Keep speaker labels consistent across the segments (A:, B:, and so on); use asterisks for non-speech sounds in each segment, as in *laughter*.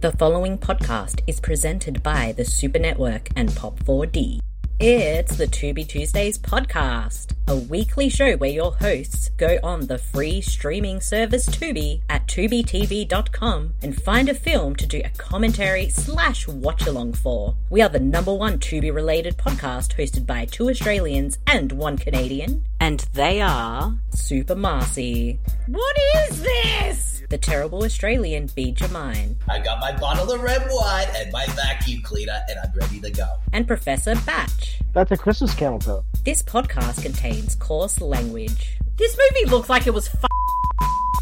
A: The following podcast is presented by the Super Network and Pop4D. It's the To Be Tuesdays podcast, a weekly show where your hosts go on the free streaming service Tubi at tubitv.com and find a film to do a commentary slash watch along for. We are the number one Tubi related podcast hosted by two Australians and one Canadian, and they are Super Marcy. What is this? The terrible Australian B. Jamine.
B: I got my bottle of red wine and my vacuum cleaner, and I'm ready to go.
A: and Professor Batch.
C: That's a Christmas counter.
A: This podcast contains coarse language. This movie looks like it was f-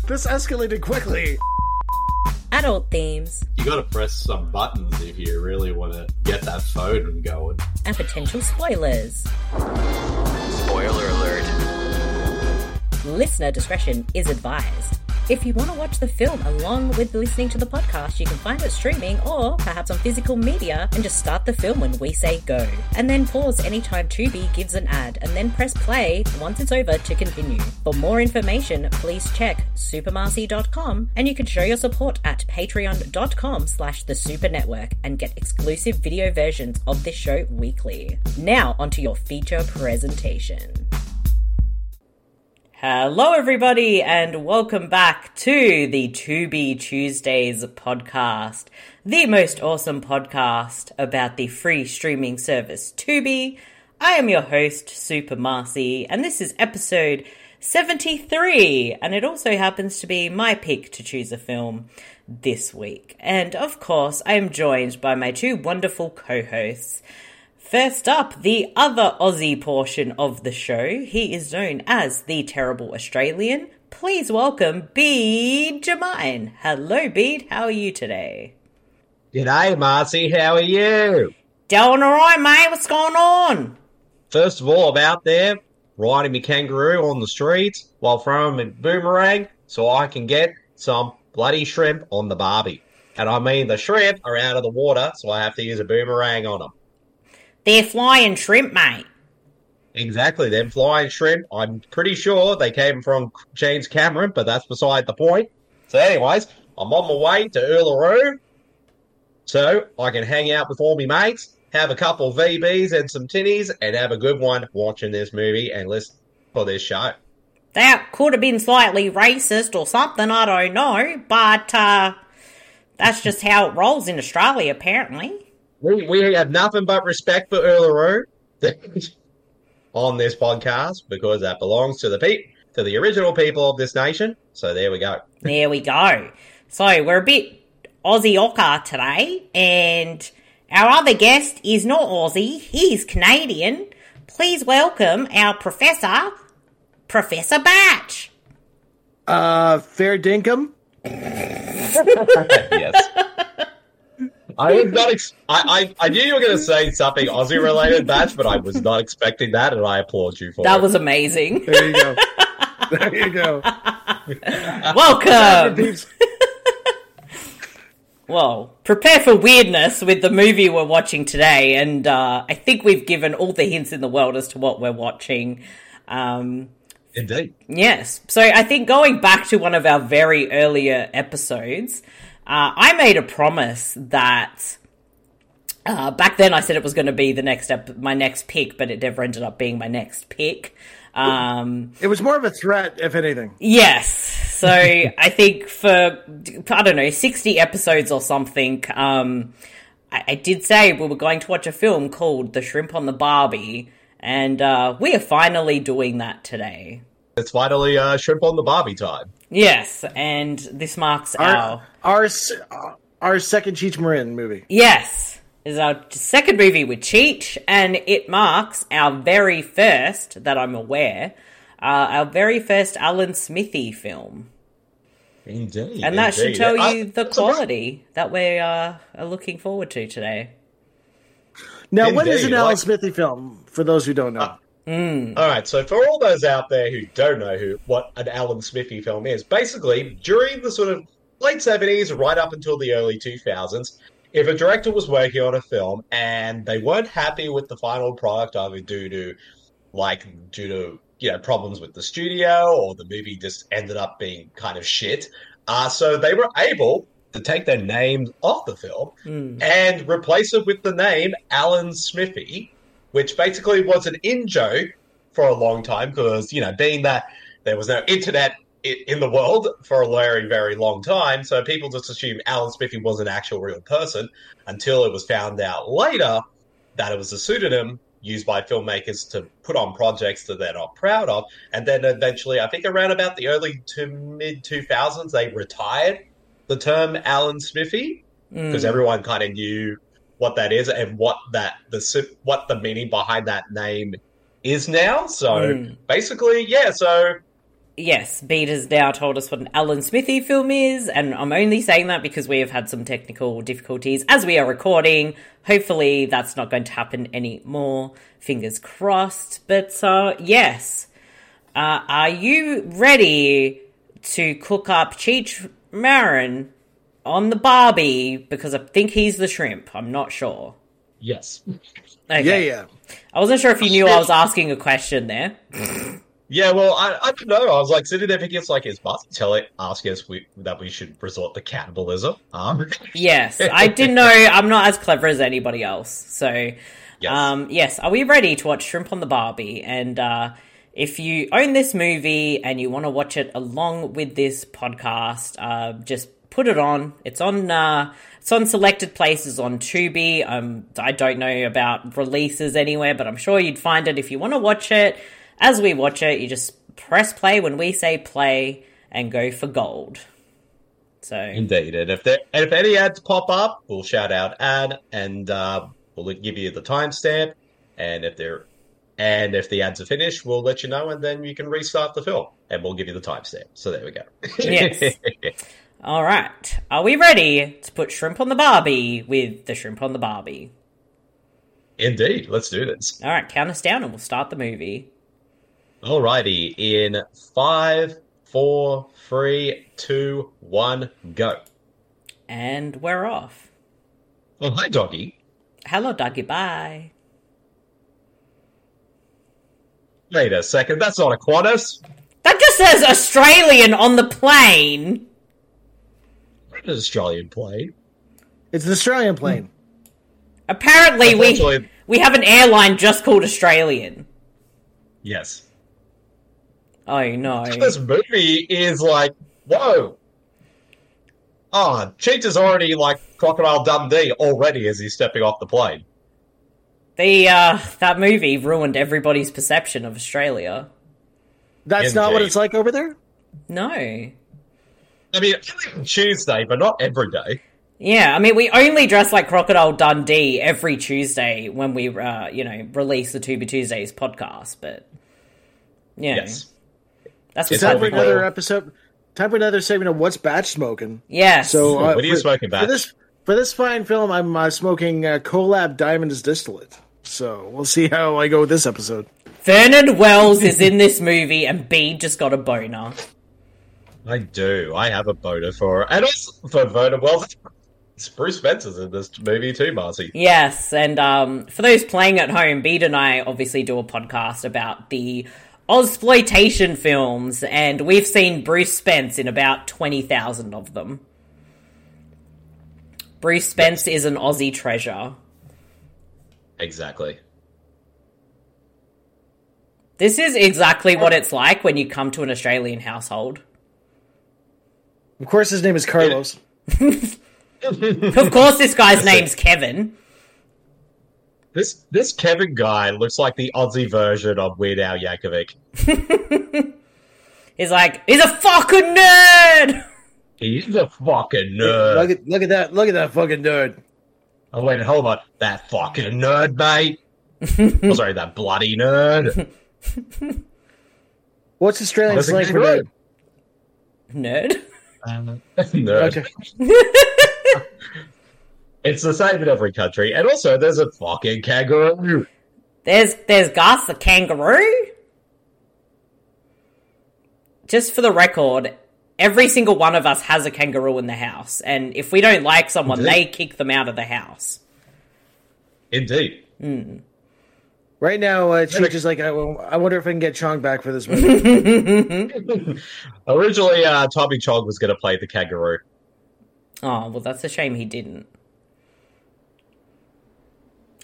D: This escalated quickly.
A: adult themes
E: you gotta press some buttons if you really wanna get that phone going.
A: and potential spoilers.
F: Spoiler alert.
A: Listener discretion is advised. If you want to watch the film along with listening to the podcast, you can find it streaming or perhaps on physical media and just start the film when we say go. And then pause anytime Tubi gives an ad and then press play once it's over to continue. For more information, please check supermarcy.com and you can show your support at patreon.com slash the super network and get exclusive video versions of this show weekly. Now onto your feature presentation. Hello, everybody, and welcome back to the To Be Tuesdays podcast, the most awesome podcast about the free streaming service Tubi. I am your host, Super Marcy, and this is episode 73, and it also happens to be my pick to choose a film this week. And of course, I am joined by my two wonderful co hosts. First up, the other Aussie portion of the show. He is known as the Terrible Australian. Please welcome Bede Jamine. Hello, Bede. How are you today?
B: G'day, Marcy. How are you?
A: Doing all right, mate. What's going on?
B: First of all, I'm out there riding my kangaroo on the street while throwing a boomerang so I can get some bloody shrimp on the barbie. And I mean, the shrimp are out of the water, so I have to use a boomerang on them.
A: They're flying shrimp, mate.
B: Exactly, them flying shrimp. I'm pretty sure they came from James Cameron, but that's beside the point. So, anyways, I'm on my way to Uluru, so I can hang out with all my mates, have a couple VBs and some tinnies, and have a good one watching this movie and listen for this show.
A: That could have been slightly racist or something. I don't know. But uh, that's just how it rolls in Australia, apparently.
B: We, we have nothing but respect for Uluru *laughs* on this podcast because that belongs to the pe- to the original people of this nation. So there we go.
A: There we go. So we're a bit Aussie Ocker today, and our other guest is not Aussie, he's Canadian. Please welcome our professor, Professor Batch.
D: Uh, fair dinkum.
B: yes. *laughs* I was not. Ex- I, I I knew you were going to say something Aussie related, Batch, but I was not expecting that, and I applaud you for
A: That
B: it.
A: was amazing.
D: There you go. *laughs* there you go.
A: welcome.
D: Peeps.
A: Well, prepare for weirdness with the movie we're watching today, and uh, I think we've given all the hints in the world as to what we're watching. Um,
B: indeed.
A: Yes. So I think going back to one of our very earlier episodes, uh, I made a promise that uh, back then I said it was going to be the next ep- my next pick, but it never ended up being my next pick. Um,
D: It was more of a threat, if anything.
A: yes. So I think for I don't know sixty episodes or something. Um, I, I did say we were going to watch a film called The Shrimp on the Barbie, and uh, we are finally doing that today.
B: It's finally uh, shrimp on the barbie time.
A: Yes, and this marks our
D: Our our s- our second Cheech Marin movie.
A: yes is our second movie with Cheech, and it marks our very first that I'm aware, uh, our very first Alan Smithy film,
B: Indeed,
A: and that should
B: indeed.
A: tell
B: I-
A: you the
B: I'm surprised-
A: quality that we uh, are looking forward to today.
D: Now, what Uh, is an
B: Indeed,
D: Alan
B: like-
D: Smithy film? For those who don't know,
B: All right, so for all those out there who don't know who what an Alan Smithy film is, basically during the sort of late seventies right up until the early two thousands, if a director was working on a film and they weren't happy with the final product either due to like due to you know problems with the studio or the movie just ended up being kind of shit, uh, so they were able to take their names off the film
A: Hmm.
B: and replace it with the name Alan Smithy, which basically was an in joke for a long time because, you know, being that there was no internet i- in the world for a very, very long time, so people just assumed Alan Smithy was an actual real person until it was found out later that it was a pseudonym used by filmmakers to put on projects that they're not proud of. And then eventually, I think around about the early to mid 2000s, they retired the term Alan Smithy because everyone kind of knew what that is and what that the si- what the meaning behind that name is now. So
A: Mm.
B: basically, yeah. So
A: Yes, Beat has now told us what an Alan Smithy film is, and I'm only saying that because we have had some technical difficulties as we are recording. Hopefully, that's not going to happen anymore. Fingers crossed. But uh, yes, uh, are you ready to cook up Cheech Marin on the Barbie? Because I think he's the shrimp. I'm not sure.
B: yes,
A: Okay.
D: Yeah, yeah.
A: I wasn't sure if you knew I was asking a question there.
B: yeah. Well, I, I don't know. I was like sitting there thinking, it's like, is Buzz telling asking us we, that we should resort to cannibalism? Um, *laughs*
A: Yes, I didn't know. I'm not as clever as anybody else. So,
B: yes.
A: um, yes, are we ready to watch Shrimp on the Barbie? And uh, if you own this movie and you want to watch it along with this podcast, uh, just put it on. It's on. Uh, it's on selected places on Tubi. Um, I don't know about releases anywhere, but I'm sure you'd find it if you want to watch it. As we watch it, you just press play when we say play and go for gold. So.
B: Indeed, and if there and if any ads pop up, we'll shout out ad, and uh, we'll give you the timestamp. And if they're and if the ads are finished, we'll let you know, and then you can restart the film, and we'll give you the timestamp. So there we go.
A: Yes. All right. Are we ready to put shrimp on the Barbie with the shrimp on the Barbie?
B: *laughs* Indeed, let's do this.
A: All right, count us down and we'll start the movie.
B: Alrighty, in five, four, three, two, one, go.
A: And we're off.
B: Oh, hi, doggy.
A: Hello, doggy. Bye.
B: Wait a second, that's not a Qantas.
A: That just says Australian on the plane.
B: What an Australian plane.
D: It's an Australian plane.
A: Apparently, we
B: Essentially-
A: we have an airline just called Australian.
B: Yes.
A: Oh no.
B: this movie is like, whoa. Ah, Cheetah's already like Crocodile Dundee already as he's stepping off the plane.
A: The uh that movie ruined everybody's perception of Australia.
D: That's not what
B: Indeed.
D: it's like over there.
A: No.
B: I mean, I live on Tuesday, but not every day.
A: Yeah, I mean, we only dress like Crocodile Dundee every Tuesday when we, uh, you know, release the Tubi Tuesdays podcast. But yeah,
B: Yes.
A: that's
B: It's
A: what's
D: Time for
A: happening.
B: Every day.
D: another episode. Time for another segment of what's batch smoking.
A: Yeah,
D: So, uh,
B: What are you
D: for-
B: smoking,
D: For
B: Batch?
D: this, for this fine film, I'm uh, smoking uh, Colab Diamonds Distillate. So we'll see how I go with this episode.
A: Vernon Wells is in this movie, and B just got a boner.
B: I do. I have a boner for And also for Voter Wells. It's Bruce Spencer's in this movie too, Marcy.
A: Yes, and um, for those playing at home, Bede and I obviously do a podcast about the Ozploitation films, and we've seen Bruce Spence in about 20,000 of them. Bruce Spence is an Aussie treasure.
B: Exactly.
A: This is exactly what it's like when you come to an Australian household.
D: Of course, his name is Carlos.
A: Of course, this guy's name's Kevin.
B: This this Kevin guy looks like the Aussie version of Weird Al Yankovic.
A: He's like, he's a fucking nerd!
B: He's a fucking nerd.
D: Look at look at that! Look at that fucking dude.
B: Oh wait, hold on. That fucking nerd, mate. oh, sorry, that
A: *laughs*
B: bloody nerd.
D: What's Australian
B: That's a
D: slang
B: good
D: for
B: word.
D: nerd?
A: Nerd? *laughs*
B: nerd.
D: Okay.
B: It's the same in every country. And also, there's a fucking kangaroo.
A: There's, there's Gus the kangaroo? Just for the record, every single one of us has a kangaroo in the house, and if we don't like someone,
B: Really?
A: they kick them out of the house.
B: Indeed.
D: Right now, uh, she's just like, I, wo- I wonder if I can get Chong back for this movie.
B: Originally, uh, Tommy Chong was going to play the kangaroo.
A: Oh, well, that's a shame he didn't.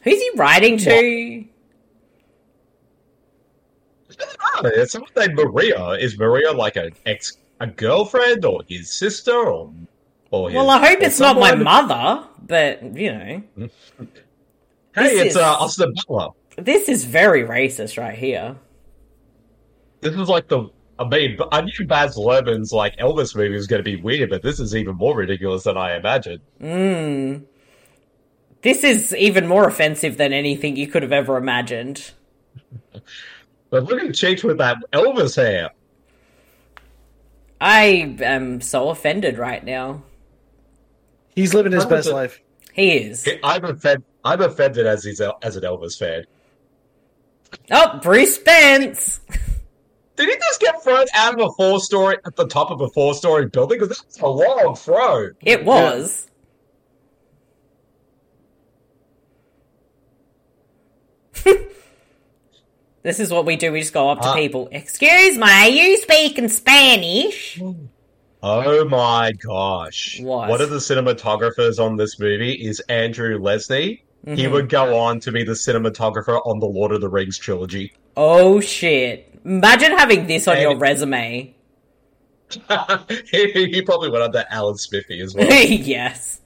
A: Who's he writing to?
B: Oh, It's not that Maria is Maria like a ex a girlfriend or his sister or or his,
A: Well, I hope
B: or
A: it's not my
B: someone?
A: mother, but, you know,
B: Hey,
A: This
B: it's uh,
A: is-
B: Austin Butler.
A: this is very racist right here.
B: This is like the. I mean, I knew Baz Luhrmann's like Elvis movie was going to be weird, but this is even more ridiculous than I imagined.
A: Mm. This is even more offensive than anything you could have ever imagined.
B: But look at Cheech with that Elvis hair.
A: I am so offended right now.
D: He's living his
B: How is
D: best
B: it-
D: life.
A: He is.
B: I'm offended. I'm offended as he's El- as an Elvis fan.
A: Oh, Bruce Spence!
B: Did he just get thrown out of a four story at the top of a four story building? Because that's a long throw.
A: It was. *laughs* this is what we do. We just go up to
B: Ah.
A: people. Excuse me, are you speaking Spanish?
B: Oh my gosh!
A: What?
B: One of the cinematographers on this movie is Andrew Leslie. He
A: Mhm.
B: would go on to be the cinematographer on the Lord of the Rings trilogy.
A: Oh shit. Imagine having this on your
B: Hey.
A: resume. *laughs*
B: *laughs* he, he probably went under Alan Smithy
A: *laughs*
B: as well.
A: yes.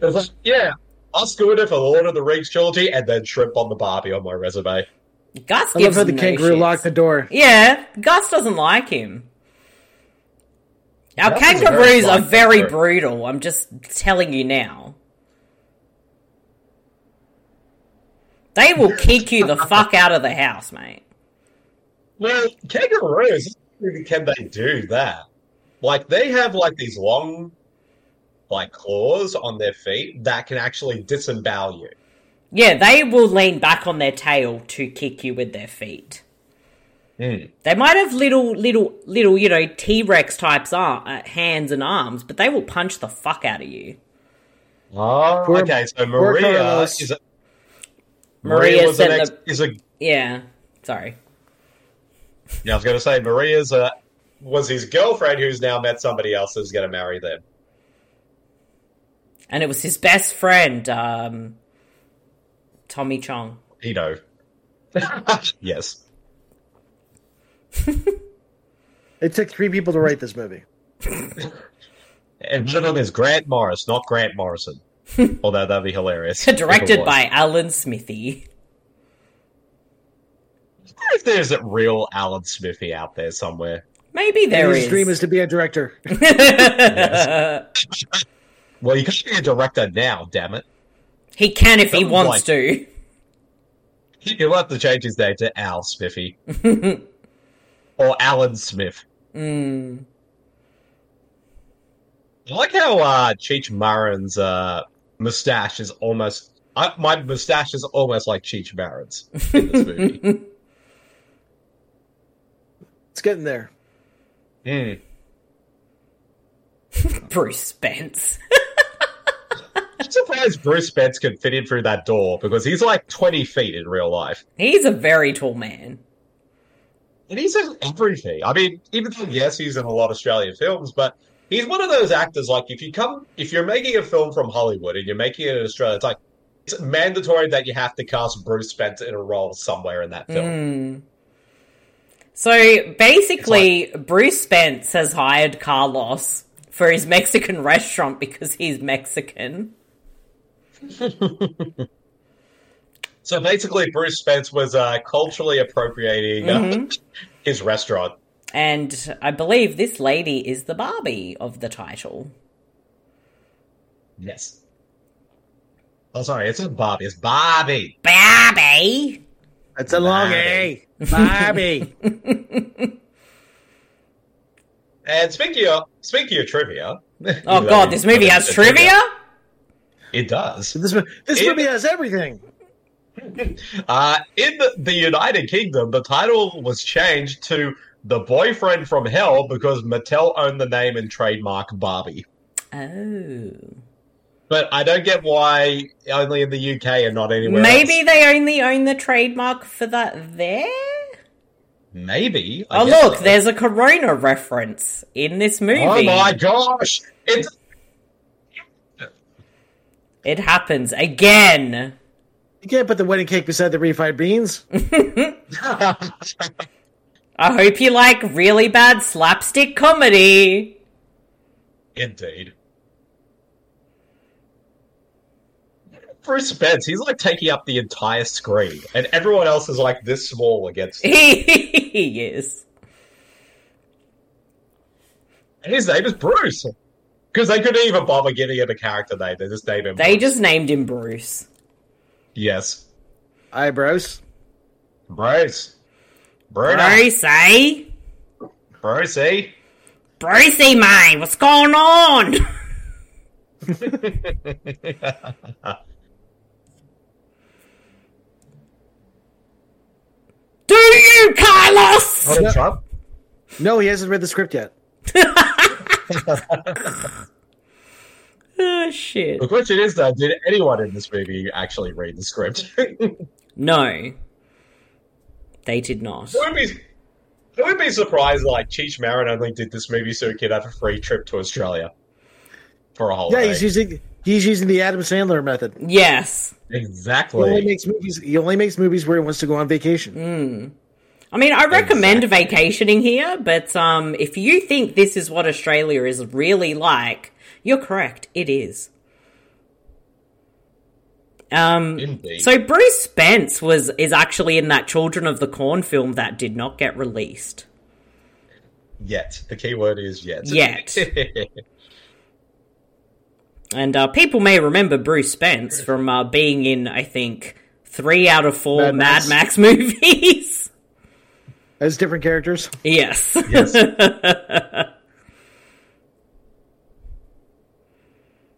B: It's like, yeah, I'll scoot it for Lord of the Rings trilogy and then shrimp on the Barbie on my resume.
A: Gus
D: I love
A: gives
D: how the
A: him no
D: kangaroo
A: shits.
D: locked the door.
A: Yeah, Gus doesn't like him. Our
B: Gus is a very
A: kangaroos
B: sly
A: are very
B: kangaroo.
A: brutal. I'm just telling you now. They will kick you the fuck out of the house, mate.
B: Well, kangaroos, can they do that? Like, they have, like, these long, like, claws on their feet that can actually disembowel you.
A: Yeah, they will lean back on their tail to kick you with their feet.
B: Hmm.
A: They might have little, little, little, you know, T Rex types ar- uh, hands and arms, but they will punch the fuck out of you. Ah.
B: Oh,
D: Poor-
B: okay,
D: poor
B: so Maria
D: Carlos.
B: is a,
A: Maria
B: Maria was an
A: said
B: ex,
A: the-
B: is a
A: Yeah, sorry.
B: Yeah, I was going to say Maria's uh, was his girlfriend, who's now met somebody else who's going to marry them.
A: and it was his best friend, um, Tommy Chong. *laughs*
B: You know. yes.
D: It took three people to write this movie.
B: And one of them is Grant Morris, not
A: *laughs*
B: Grant Morrison. Although that'd be hilarious. if it
A: Directed
B: was.
A: by Alan Smithy.
B: I wonder if there's a real Alan Smithy out there somewhere.
A: Maybe there
D: his
A: is.
D: dream is to be a director. *laughs*
B: Well, you can be a director now, damn it.
A: he can if he
B: Sounds
A: wants to.
B: You'll have to change his name to
A: *laughs*
B: Al Smithy. or Alan Smith.
A: Mm.
B: I like how uh, Cheech Marin's uh, mustache is almost. I, my mustache is almost like Cheech Marin's in this movie.
A: *laughs*
D: It's getting there.
B: Mm.
A: Bruce Spence. *laughs*
B: I'm surprised Bruce Spence could fit in through that door because he's like 20 feet in real life.
A: He's a very tall man.
B: And he's in everything. I mean, even though, yes, he's in a lot of Australian films, but he's one of those actors like if you come, if you're making a film from Hollywood and you're making it in Australia, it's like, it's mandatory that you have to cast Bruce Spence in a role somewhere in that film.
A: Mm. So basically, Bruce Spence has hired Carlos for his Mexican *laughs* restaurant because he's Mexican.
B: So basically, Bruce Spence was uh, culturally appropriating uh, his restaurant.
A: And I believe this lady is the Barbie of the title.
B: Yes. Oh, sorry, it's not Bobby. It's Bobby.
A: Barbie!
D: It's a long A.
B: Bobby.
D: Bobby.
B: And speaking of speaking of trivia,
A: *laughs* Oh god, this movie has trivia?
B: It
D: *laughs*
B: does.
D: this mo- this
B: It-
D: movie has everything.
B: Uh, in the, the United Kingdom, the title was changed to "The Boyfriend from Hell" because Mattel owned the name and trademark Barbie.
A: Oh.
B: But I don't get why only in the UK and not anywhere.
A: Maybe
B: else.
A: they only own the trademark for that there?
B: maybe. I
A: Oh
B: guess
A: look,
B: so.
A: there's a corona reference in this movie.
B: Oh my gosh! Oh, It's
A: It happens again.
D: You can't put the wedding cake beside the refried *laughs* beans.
A: I hope you like really bad slapstick comedy. *laughs*
B: Indeed. Bruce Spence, he's like taking up the entire screen, and everyone else is like this small against him.
A: he is.
B: And his name is Bruce. Because they couldn't even bother giving him a character name. They just named him.
A: They
B: Bruce.
A: just named him Bruce.
B: Yes.
D: Eyebrows.
B: Bruce. Bruno.
A: Bruce, eh?
B: Bruce, eh? *laughs*
A: Brucey, mate, what's going on? *laughs* Do you, Carlos?
B: Donald Trump?
D: No, he hasn't read the script yet.
A: Oh, shit.
B: The question is, though, did anyone in this movie actually read the script? *laughs* Who
A: No. They did not.
B: would be, who would be surprised, like, Cheech Marin only did this movie so he could have a free trip to Australia for a
D: Yeah,
B: holiday?
D: he's using he's using the Adam Sandler method.
A: Yes.
D: He only
B: Exactly.
D: makes movies. He only makes movies where he wants to go on vacation.
A: I mean, I recommend vacationing here, but um, if you think this is what Australia is really like, you're correct. It is. Um,
B: Indeed.
A: so Bruce Spence was is actually in that Children of the Corn film that did not get released.
B: Yet. The key word is yet.
A: Yet. *laughs* And uh, people may remember Bruce Spence from uh, being in, I think, three out of four Mad,
D: Mad
A: Max *laughs*
D: Max.
A: movies.
D: As different characters.
A: yes.
B: *laughs* yes.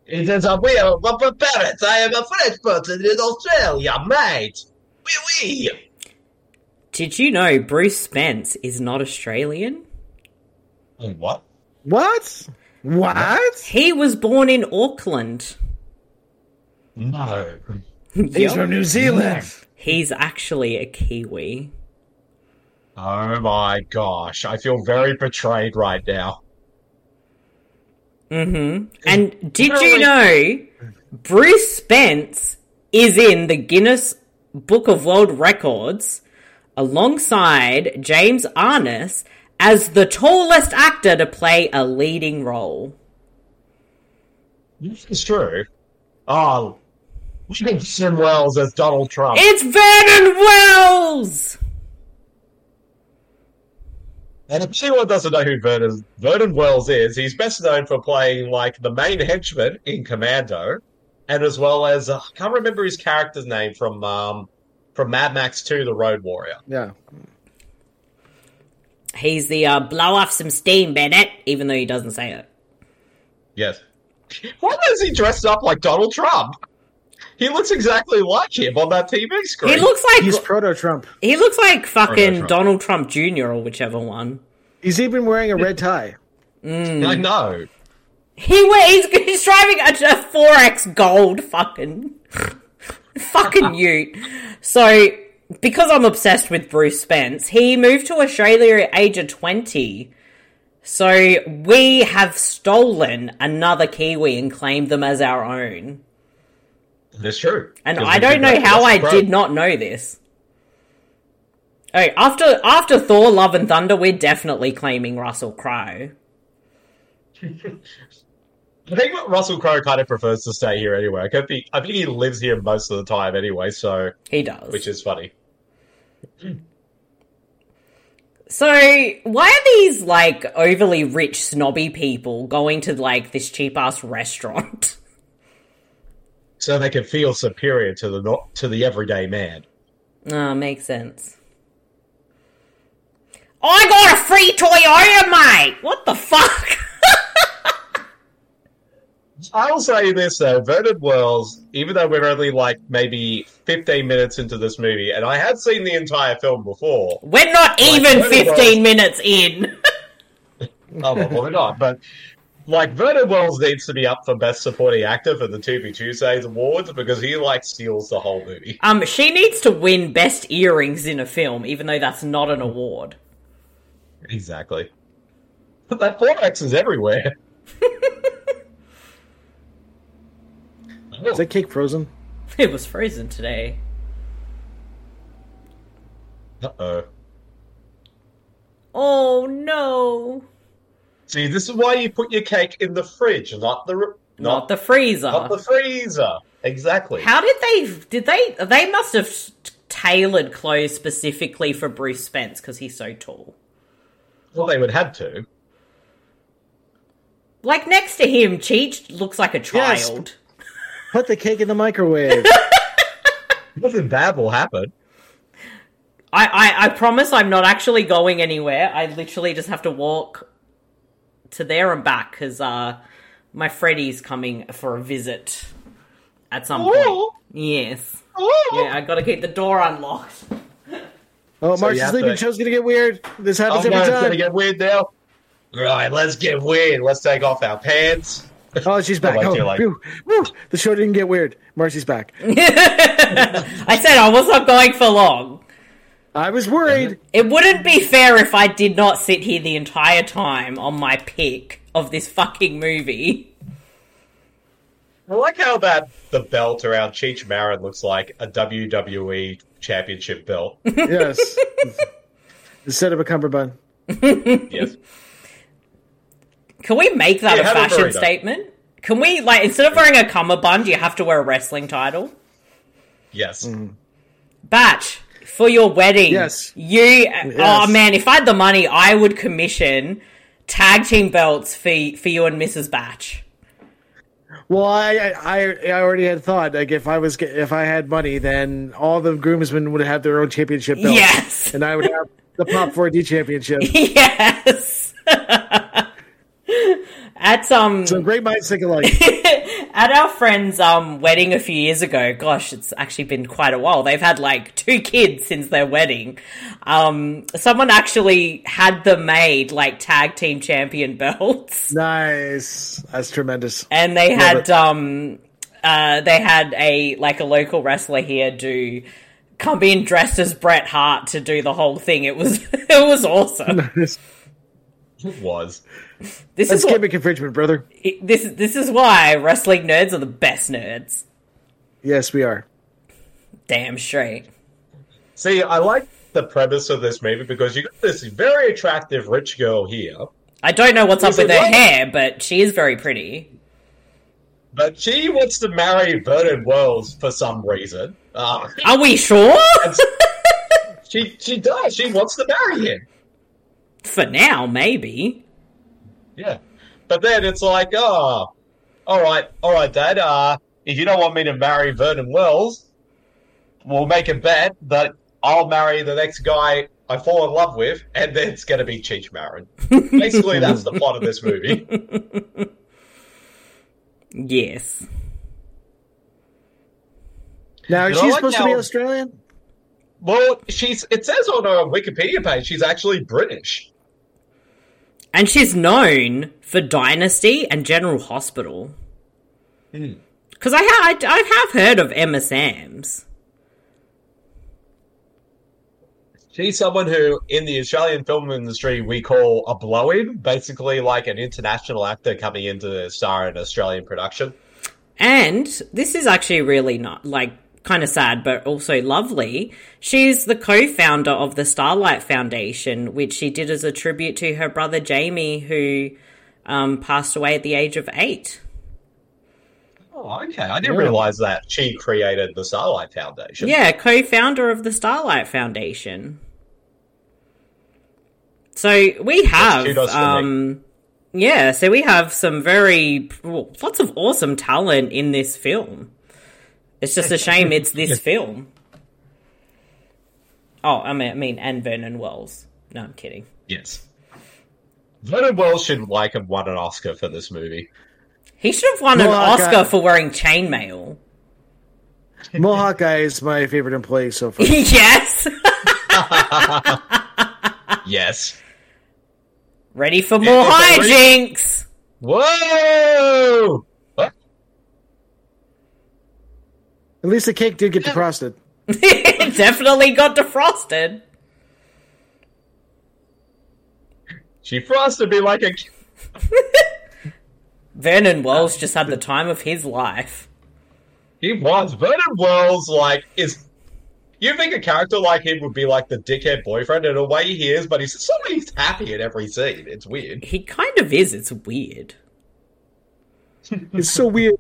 B: It is a wheel but for parrots. I am a French person in Australia, mate. Wee wee.
A: Did you know Bruce Spence is not Australian?
B: What?
D: What? What?
A: He was born in Auckland.
B: No.
D: *laughs* He's from New Zealand.
A: He's actually a Kiwi.
B: Oh my gosh. I feel very betrayed right now.
D: Mm-hmm.
A: And did you know Bruce Spence is in the Guinness Book of World Records alongside James Arness as the tallest actor to play a leading role?
B: This is true. Oh, Winston Wells as Donald Trump.
A: It's Vernon Wells!
B: And if anyone doesn't know who Vernon, Vernon Wells is, he's best known for playing like the main henchman in Commando, and as well as uh, I can't remember his character's name from um, from Mad Max Two: The Road Warrior.
D: Yeah.
A: He's the uh, blow off some steam, Bennett, even though he doesn't say it.
B: Yes. Why is he dressed up like Donald Trump? He looks exactly like him on that TV screen.
A: He looks like
D: He's proto Trump.
A: he looks like fucking
B: Trump.
A: Donald Trump Jr. or whichever one.
D: He's even wearing a red tie.
B: I know.
A: He wa- he's, he's driving a, a 4X gold fucking *laughs*
B: *laughs*
A: fucking ute. So because I'm obsessed with Bruce Spence, he moved to Australia at age of 20. So we have stolen another Kiwi and claimed them as our own.
B: That's true.
A: And
B: 'Cause
A: I
B: we
A: don't
B: did
A: know
B: that to
A: how
B: Russell
A: I
B: Crowe.
A: did not know this. Okay, after after Thor, Love and Thunder, we're definitely claiming Russell Crowe.
B: I think what Russell Crowe kind of prefers to stay here anyway. I could be. I think he lives here most of the time anyway. So,
A: He does.
B: which is funny.
A: So, why are these like overly rich snobby people going to like this cheap ass restaurant? *laughs*
B: so they can feel superior to the not to the everyday man.
A: Ah, makes sense. I got a free Toyota, mate. What the fuck? *laughs*
B: I'll say this though, Vernon Wells, even though we're only like maybe fifteen minutes into this movie, and I had seen the entire film before.
A: We're not even
B: what it was.
A: fifteen minutes in. *laughs*
B: Oh well, probably not, *laughs* but like Vernon Wells needs to be up for Best Supporting Actor for the Two Be Tuesdays awards because he like steals the whole movie.
A: um, she needs to win best earrings in a film, even though that's not an award. *laughs*
B: Exactly.
A: *laughs*
B: That four X is everywhere.
D: Is that cake frozen?
A: It was frozen today.
B: Uh oh.
A: Oh no.
B: See, this is why you put your cake in the fridge, not the
A: Not,
B: not,
A: the freezer.
B: not the freezer. Exactly.
A: How did they did they they must have tailored clothes specifically for Bruce Spence cuz he's so tall.
B: well, they would have to.
A: Like next to him Cheech looks like a
D: Yes.
A: child.
D: Put the cake in the microwave.
B: *laughs* Nothing bad will happen.
A: I, I I promise I'm not actually going anywhere. I literally just have to walk to there and back cuz uh my Freddy's coming for a visit at
D: Oh.
A: some
B: Oh,
A: point. Yes. Yeah, I got to keep the door unlocked. *laughs*
D: Oh,
B: So
D: Mark's
B: you have
D: sleeping.
B: to-
D: Show's gonna get weird. This
B: Oh,
D: happens
B: no, it's
D: every
B: gonna
D: time.
B: get weird now. Right, let's get weird. Let's take off our pants.
D: Oh, she's back.
B: I
D: Oh,
B: feel like-
D: whew, whew. The show didn't get weird. Marcy's back.
A: I said I was not going for long.
D: I was
B: *laughs*
D: worried.
A: It wouldn't be fair if I did not sit here the entire time on my pick of this fucking movie.
B: I like how that the belt around Cheech Marin looks like a WWE
A: *laughs*
B: championship belt. *laughs*
D: yes. Instead of a cummerbund.
B: yes.
A: Can we make that
B: Yeah,
A: a
B: have a
A: fashion
B: burrito.
A: statement? Can we like instead of wearing a cummerbund, you have to wear a wrestling title?
B: Yes.
A: Batch for your wedding.
D: Yes.
A: You. Oh man, if I had the money, I would commission tag team belts for for you and Mrs. Batch. *laughs*
D: Well, I, I I already had thought like if I was ge- if I had money, then all the groomsmen would have their own championship belt.
A: Yes.
D: and I would have the
A: *laughs*
D: Pop 4D championship.
A: yes. *laughs* At um
D: So great minds think
A: *laughs*
D: alike.
A: at our friend's um wedding a few years ago, gosh, it's actually been quite a while. They've had like two kids since their wedding. Um, someone actually had them made like tag team champion *laughs* belts,
D: nice. That's tremendous. *laughs*
A: and they
D: Yeah,
A: had
D: but-
A: um, uh, they had a like a local wrestler here do come in dressed as Bret Hart to do the whole thing. It was *laughs* it was
D: *laughs*
A: awesome.
D: That's
B: It was.
A: This is what,
D: gimmick infringement, brother.
A: this this is why wrestling nerds are the best nerds.
D: Yes, we are.
A: Damn straight.
B: See, I like the premise of this movie because you got this very attractive rich girl here,
A: I don't know what's up
B: Is it
A: with her
B: what?
A: hair, but she is very pretty.
B: but she wants to marry Vernon Wells for some reason. Uh, *laughs*
A: Are we sure?
B: she she does. She wants to marry him.
A: For now, maybe.
B: Yeah. But then it's like, oh, all right, all right, Dad. Uh, if you don't want me to marry Vernon Wells, we'll make a bet that I'll marry the next guy I fall in love with, and then it's going to be Cheech Marin. Basically, that's the plot of this movie.
A: Yes.
D: Now, is
B: You know
D: she
B: what?
D: supposed to be
B: Now- *laughs*
D: Australian?
B: Well, she's. It says on her Wikipedia page she's actually British.
A: And she's known for Dynasty and General Hospital.
B: Hmm.
A: Because I, ha- I, I have heard of Emma Sams.
B: She's someone who, in the Australian film industry, we call a blow-in. Basically, like an international actor coming in to star in Australian production.
A: And this is actually really not, like, kind of sad, but also lovely. She's the co founder of the Starlight Foundation, which she did as a tribute to her brother Jamie, who um, passed away at the age of eight.
B: Oh, okay. I didn't realize that she created the Starlight Foundation.
A: Yeah, co founder of the Starlight Foundation. So we have,
B: two dollars for me.
A: um, yeah, so we have some very well, lots of awesome talent in this film. It's just a shame it's this film. Oh, I mean, I mean, and Vernon Wells. No, I'm kidding.
B: Yes. Vernon Wells should like and won an Oscar for this movie.
A: He should have won an
D: Well, I
A: Oscar
D: got-
A: for wearing chainmail. *laughs*
D: Mohawk guy is my favorite employee
A: *laughs*
D: so far.
A: yes.
B: Yes.
A: Ready for more
B: if they're
A: hijinks. *laughs*
B: Whoa! What?
D: At least the cake did get defrosted.
A: it definitely got defrosted.
B: She frosted me like a. Um,
A: Vernon Wells just had the time of his life.
B: He was. Vernon Wells, like, is. You think a character like him would be like the dickhead boyfriend in a way he is, but he's somebody's happy in every scene. It's weird.
A: He kind of is. It's weird.
D: It's so weird.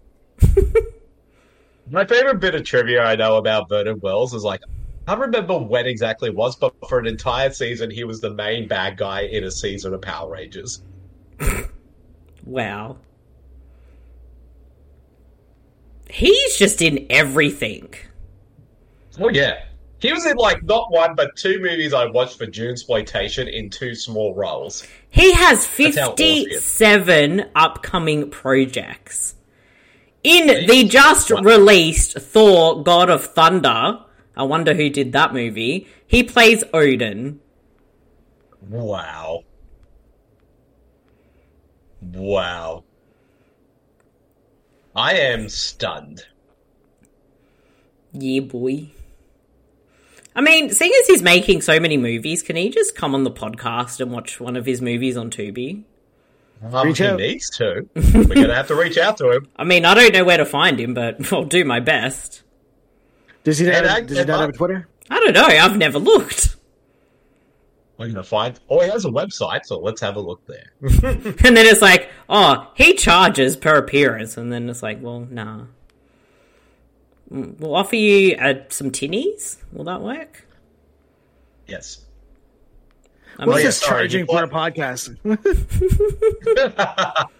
B: My favorite bit of trivia I know about Vernon Wells is like, I can't remember when exactly it was, but for an entire season, he was the main bad guy in a season of Power Rangers.
A: Wow. He's just in everything.
B: Oh yeah, he was in like not one but two movies I watched for June exploitation in two small roles.
A: He has
B: how awesome he is.
A: 57 upcoming projects. In the just released Thor God of Thunder, I wonder who did that movie, he plays Odin.
B: Wow, wow, I am stunned.
A: Yeah, boy. I mean, seeing as he's making so many movies, can he just come on the podcast and watch one of his movies on Tubi?
B: Um,
D: Reach
B: he
D: out.
B: needs to. We're gonna have to reach out to him.
A: I mean, I don't know where to find him, but *laughs* I'll do my best.
D: Does he
B: Hey,
D: not,
B: that-
D: does he not have a Twitter?
A: I don't know. I've never looked. *laughs*
B: We're gonna find. Oh, he has a website, so let's have a look there.
A: And then it's like, oh, he charges per appearance. And then it's like, well, nah. Mm, We'll offer you uh, some tinnies. Will that work?
B: Yes.
A: I
D: What's
A: mean,
B: yeah,
D: this
B: sorry,
D: charging
B: you-
D: for a podcast?
B: *laughs*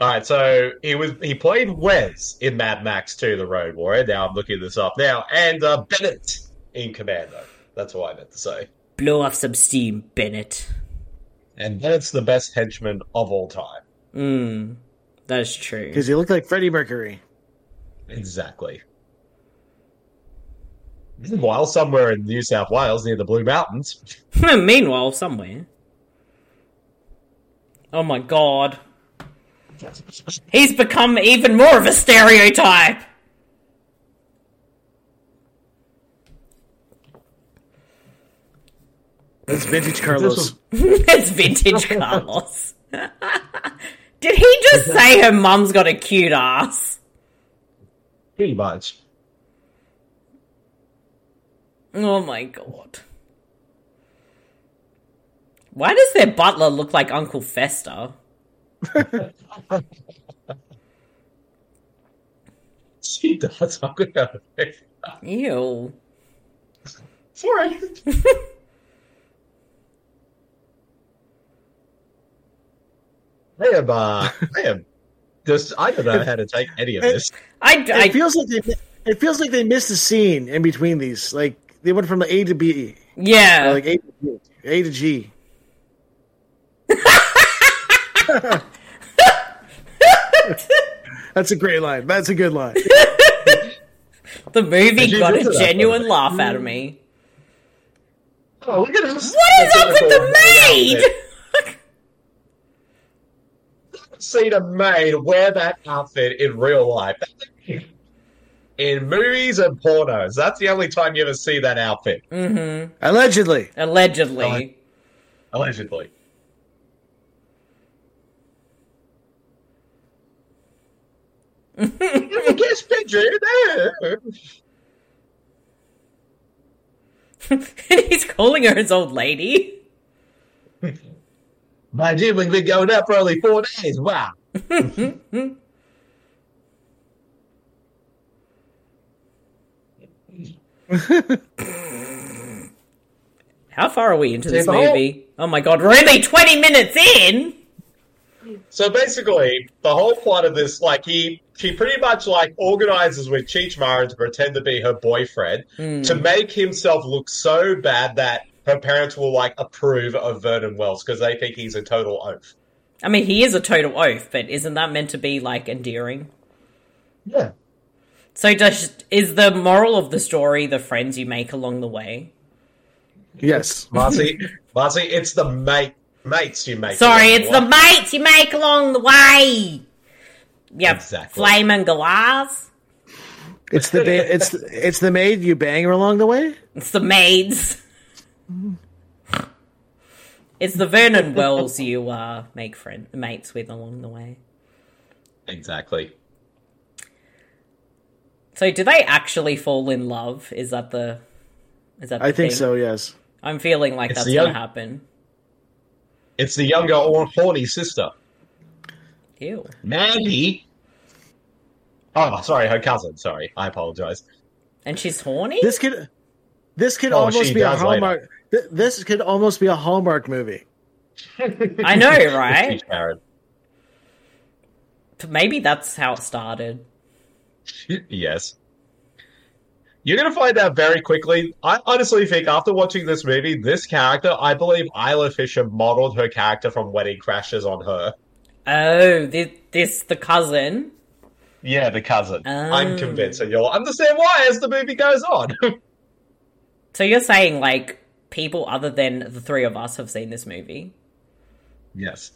B: All right, so he was he played Wes in Mad Max 2: The Road Warrior. Now I'm looking this up now, and uh, Bennett in Commando. That's what I meant to say.
A: blow off some steam, Bennett.
B: And Bennett's the best henchman of all time.
A: Mm, that's true.
D: Because he looked like Freddie Mercury.
B: Exactly. Meanwhile, somewhere in New South Wales near the Blue Mountains,
A: Hmm, Meanwhile, somewhere. Oh my god. He's become even more of a stereotype. *laughs*
D: It's vintage Carlos.
A: it's
D: *laughs*
A: vintage Carlos. *laughs* Did he just say her mum's got a cute ass?
B: pretty much.
A: Oh my god. Why does their butler look like Uncle Fester?
B: She does. I'm gonna.
A: Ew.
B: Sorry. I am. Uh, I am. Just. I don't know how to take any of this.
A: I, I,
D: It feels like they, it feels like they missed a scene in between these. Like they went from A to B,
A: yeah.
D: or like A to G. A to G.
A: *laughs*
D: That's a great line. That's a good line.
A: the movie
B: she's
A: got
B: into
A: a
B: that
A: genuine laugh out
D: Mm.
A: of me.
B: Oh, look at this.
A: What is up with the maid?
B: Seen a maid wear that outfit in real life. In movies and pornos, that's the only time you ever see that outfit,
D: Allegedly,
A: Allegedly.
B: Alleg- *laughs* allegedly. There's a guest picture there.
A: and *laughs* he's calling her his old lady.
B: My dear, we've been going up for only four days. Wow.
A: How far are we into this
B: They've all-
A: movie? Oh my god, we're only 20 minutes in!
B: So basically, the whole plot of this, like he, she pretty much like organizes with Cheech Marin to pretend to be her boyfriend
A: Hmm.
B: to make himself look so bad that her parents will like approve of Vernon Wells because they think he's a total oaf.
A: I mean, he is a total oaf, but isn't that meant to be, like, endearing?
B: Yeah.
A: So does, is the moral of the story the friends you make along the way?
D: yes.
A: *laughs*
B: Marcy, Marcy, it's the mate, mates you make.
A: Sorry,
B: along
A: it's the
B: way.
A: mates you make along the way! Yeah,
B: Exactly.
A: Flame and Galaz.
D: It's the ba- it's it's the maid you bang her along the way.
A: It's the maids. It's the Vernon Wells you uh, make friend mates with along the way.
B: Exactly.
A: So do they actually fall in love? Is that the is that the
D: I think
A: thing?
D: so. Yes.
A: I'm feeling like
B: It's
A: that's
B: the
A: gonna
B: young-
A: happen.
B: It's the younger, or horny sister,
A: Ew.
B: Maggie. Oh, sorry, her cousin. Sorry, I apologize.
A: And she's horny?
D: This could. This could
B: Oh,
D: almost
B: she
D: be a
B: does later.
D: hallmark. th- This could almost be a hallmark movie.
A: I
D: *laughs*
A: know, right?
B: Karen.
A: Maybe that's how it started.
B: *laughs* Yes. You're going to find out very quickly. I honestly think after watching this movie, this character, I believe Isla Fisher modeled her character from Wedding Crashes on her.
A: Oh, this, this the cousin.
B: Yeah, the cousin. I'm
A: Oh.
B: convinced, and you'll understand why as the movie goes on. *laughs*
A: So you're saying like people other than the three of us have seen this movie?
B: *laughs* yes.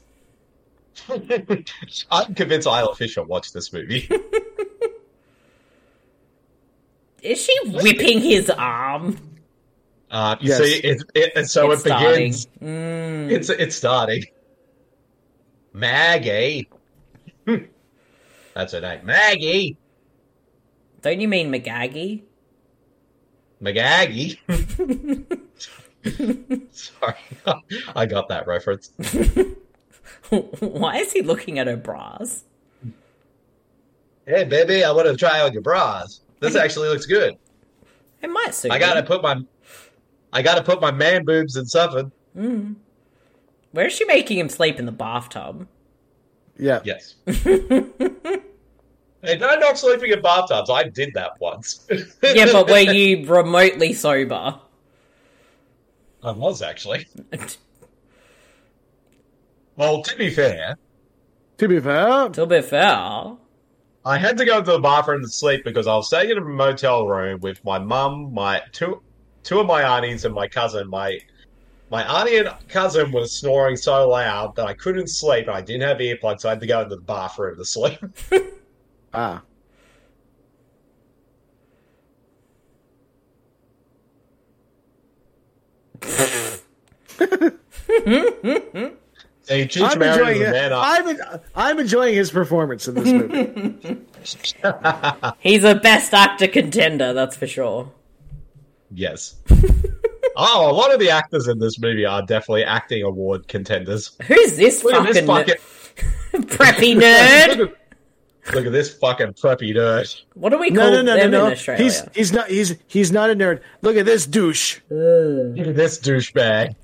B: I'm convinced Isla Fisher watched this movie. *laughs*
A: Is she whipping his arm?
B: Uh, you
D: Yes.
B: see, it, it, and so
A: It's
B: it begins.
A: Mm.
B: It's it's starting. Maggie. *laughs* That's her name. Maggie.
A: Don't you mean McGaggy?
B: McGaggy. *laughs* Sorry, *laughs* I got that reference.
A: *laughs* Why is he looking at her bras?
B: Hey, baby, I want to try on your bras. This actually looks good.
A: It might suit.
B: I gotta
A: him.
B: put my, I gotta put my man boobs in something.
A: Where is she making him sleep in the bathtub?
D: Yeah.
B: Yes. hey, no, not sleeping in bathtubs. I did that once. *laughs*
A: Yeah, but were you remotely sober? *laughs*
B: I was actually. Well, to be fair,
D: To be fair,
A: To be fair,
B: I had to go to the bathroom to sleep because I was staying in a motel room with my mum, my two two of my aunties, and my cousin. My my auntie and cousin was snoring so loud that I couldn't sleep, and I didn't have earplugs, so I had to go into the bathroom to sleep. *laughs*
D: ah,
B: So you teach
D: I'm
B: Mary
D: enjoying
B: the
D: it.
B: man up.
D: I'm, I'm enjoying his performance in
A: *laughs*
D: this movie.
A: he's a best actor contender, that's for sure.
B: Yes. *laughs* oh, a lot of the actors in this movie are definitely acting award contenders.
A: Who's this
B: Look at
A: fucking
B: this fucking.
A: *laughs* preppy nerd?
B: Look at- Look at this fucking preppy nerd.
A: What do we call
D: no, no, no, no,
A: them
D: no.
A: in Australia?
D: He's he's not he's he's not a nerd. Look at this douche.
B: Look at this douchebag.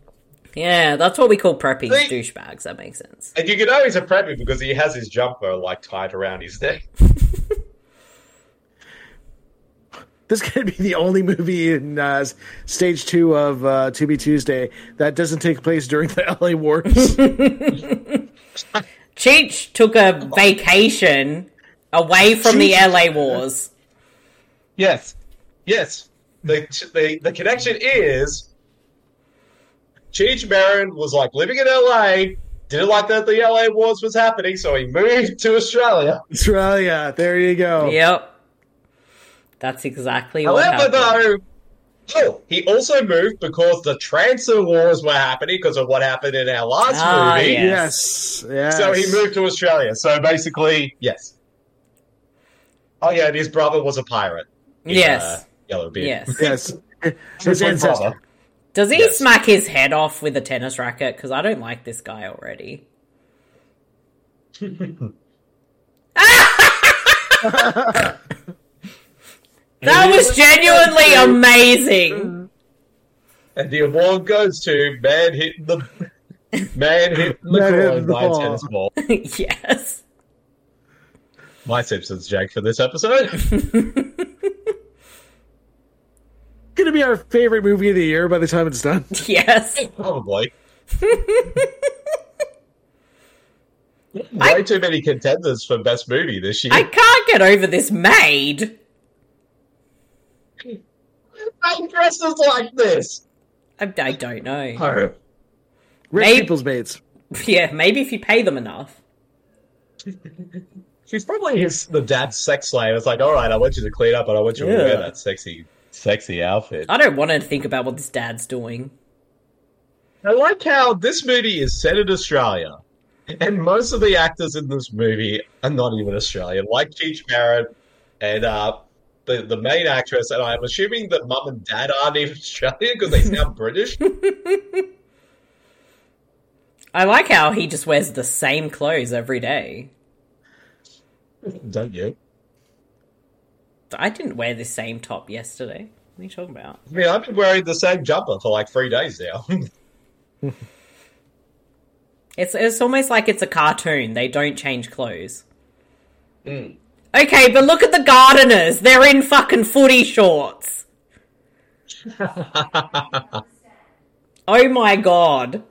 A: Yeah, that's what we call preppies,
B: They-
A: douchebags. That makes sense.
B: And you can know he's a preppy because he has his jumper like tied around his neck.
D: This *laughs* could be the only movie in uh, stage two of uh, To Be Tuesday that doesn't take place during the *laughs* LA
A: *laughs*
D: Wars.
A: Cheech took a vacation away from the LA wars.
B: Yes. Yes. The, the, the connection is Cheech Marin was like living in LA, didn't like that the LA Wars was happening, so he moved to Australia.
D: Australia, there you go.
A: Yep. That's exactly what
B: However,
A: happened.
B: though, oh, he also moved because the Transit Wars were happening because of what happened in our last
A: Ah,
B: movie.
A: yeah.
D: Yes. yes.
B: So he moved to Australia. So basically, yes. Oh yeah, and his brother was a pirate. in,
A: Yes.
B: uh, Yellowbeard.
A: Yes.
D: *laughs*
B: *laughs*
D: Yes.
B: His
D: His ancestor.
B: brother.
A: Does he
B: Yes.
A: smack his head off with a tennis racket? Because I don't like this guy already. *laughs* that was genuinely amazing. *laughs*
B: And the award goes to man hitting the man hitting the
D: Man
B: corn
D: hitting the
B: by a
D: ball.
B: tennis ball.
A: yes.
B: My Simpsons joke for this episode.
D: It's gonna be our favorite movie of the year by the time it's done.
A: Yes.
B: Probably. Way too many contenders for best movie this year.
A: I can't get over this maid.
B: I dresses like this.
A: I, I don't know.
B: Oh.
D: Rich
A: Maybe-
D: people's mates.
A: Yeah, maybe if you pay them enough.
B: She's probably his the dad's sex slave. It's like, all right, I want you to clean up, and I want you to
A: Yeah.
B: wear that sexy, sexy outfit.
A: I don't want to think about what this dad's doing.
B: I like how this movie is set in Australia, and most of the actors in this movie are not even Australian, like Cheech Marin and uh, the, the main actress, and I'm assuming that mum and dad aren't even *laughs* Australian because they sound British.
A: I like how he just wears the same clothes every day.
B: *laughs* Don't you?
A: I didn't wear the same top yesterday. What are you talking about?
B: I mean, I've been wearing the same jumper for like three days now. *laughs*
A: It's it's almost like it's a cartoon. They don't change clothes. Okay, but look at the gardeners. They're in fucking footy shorts. oh my god.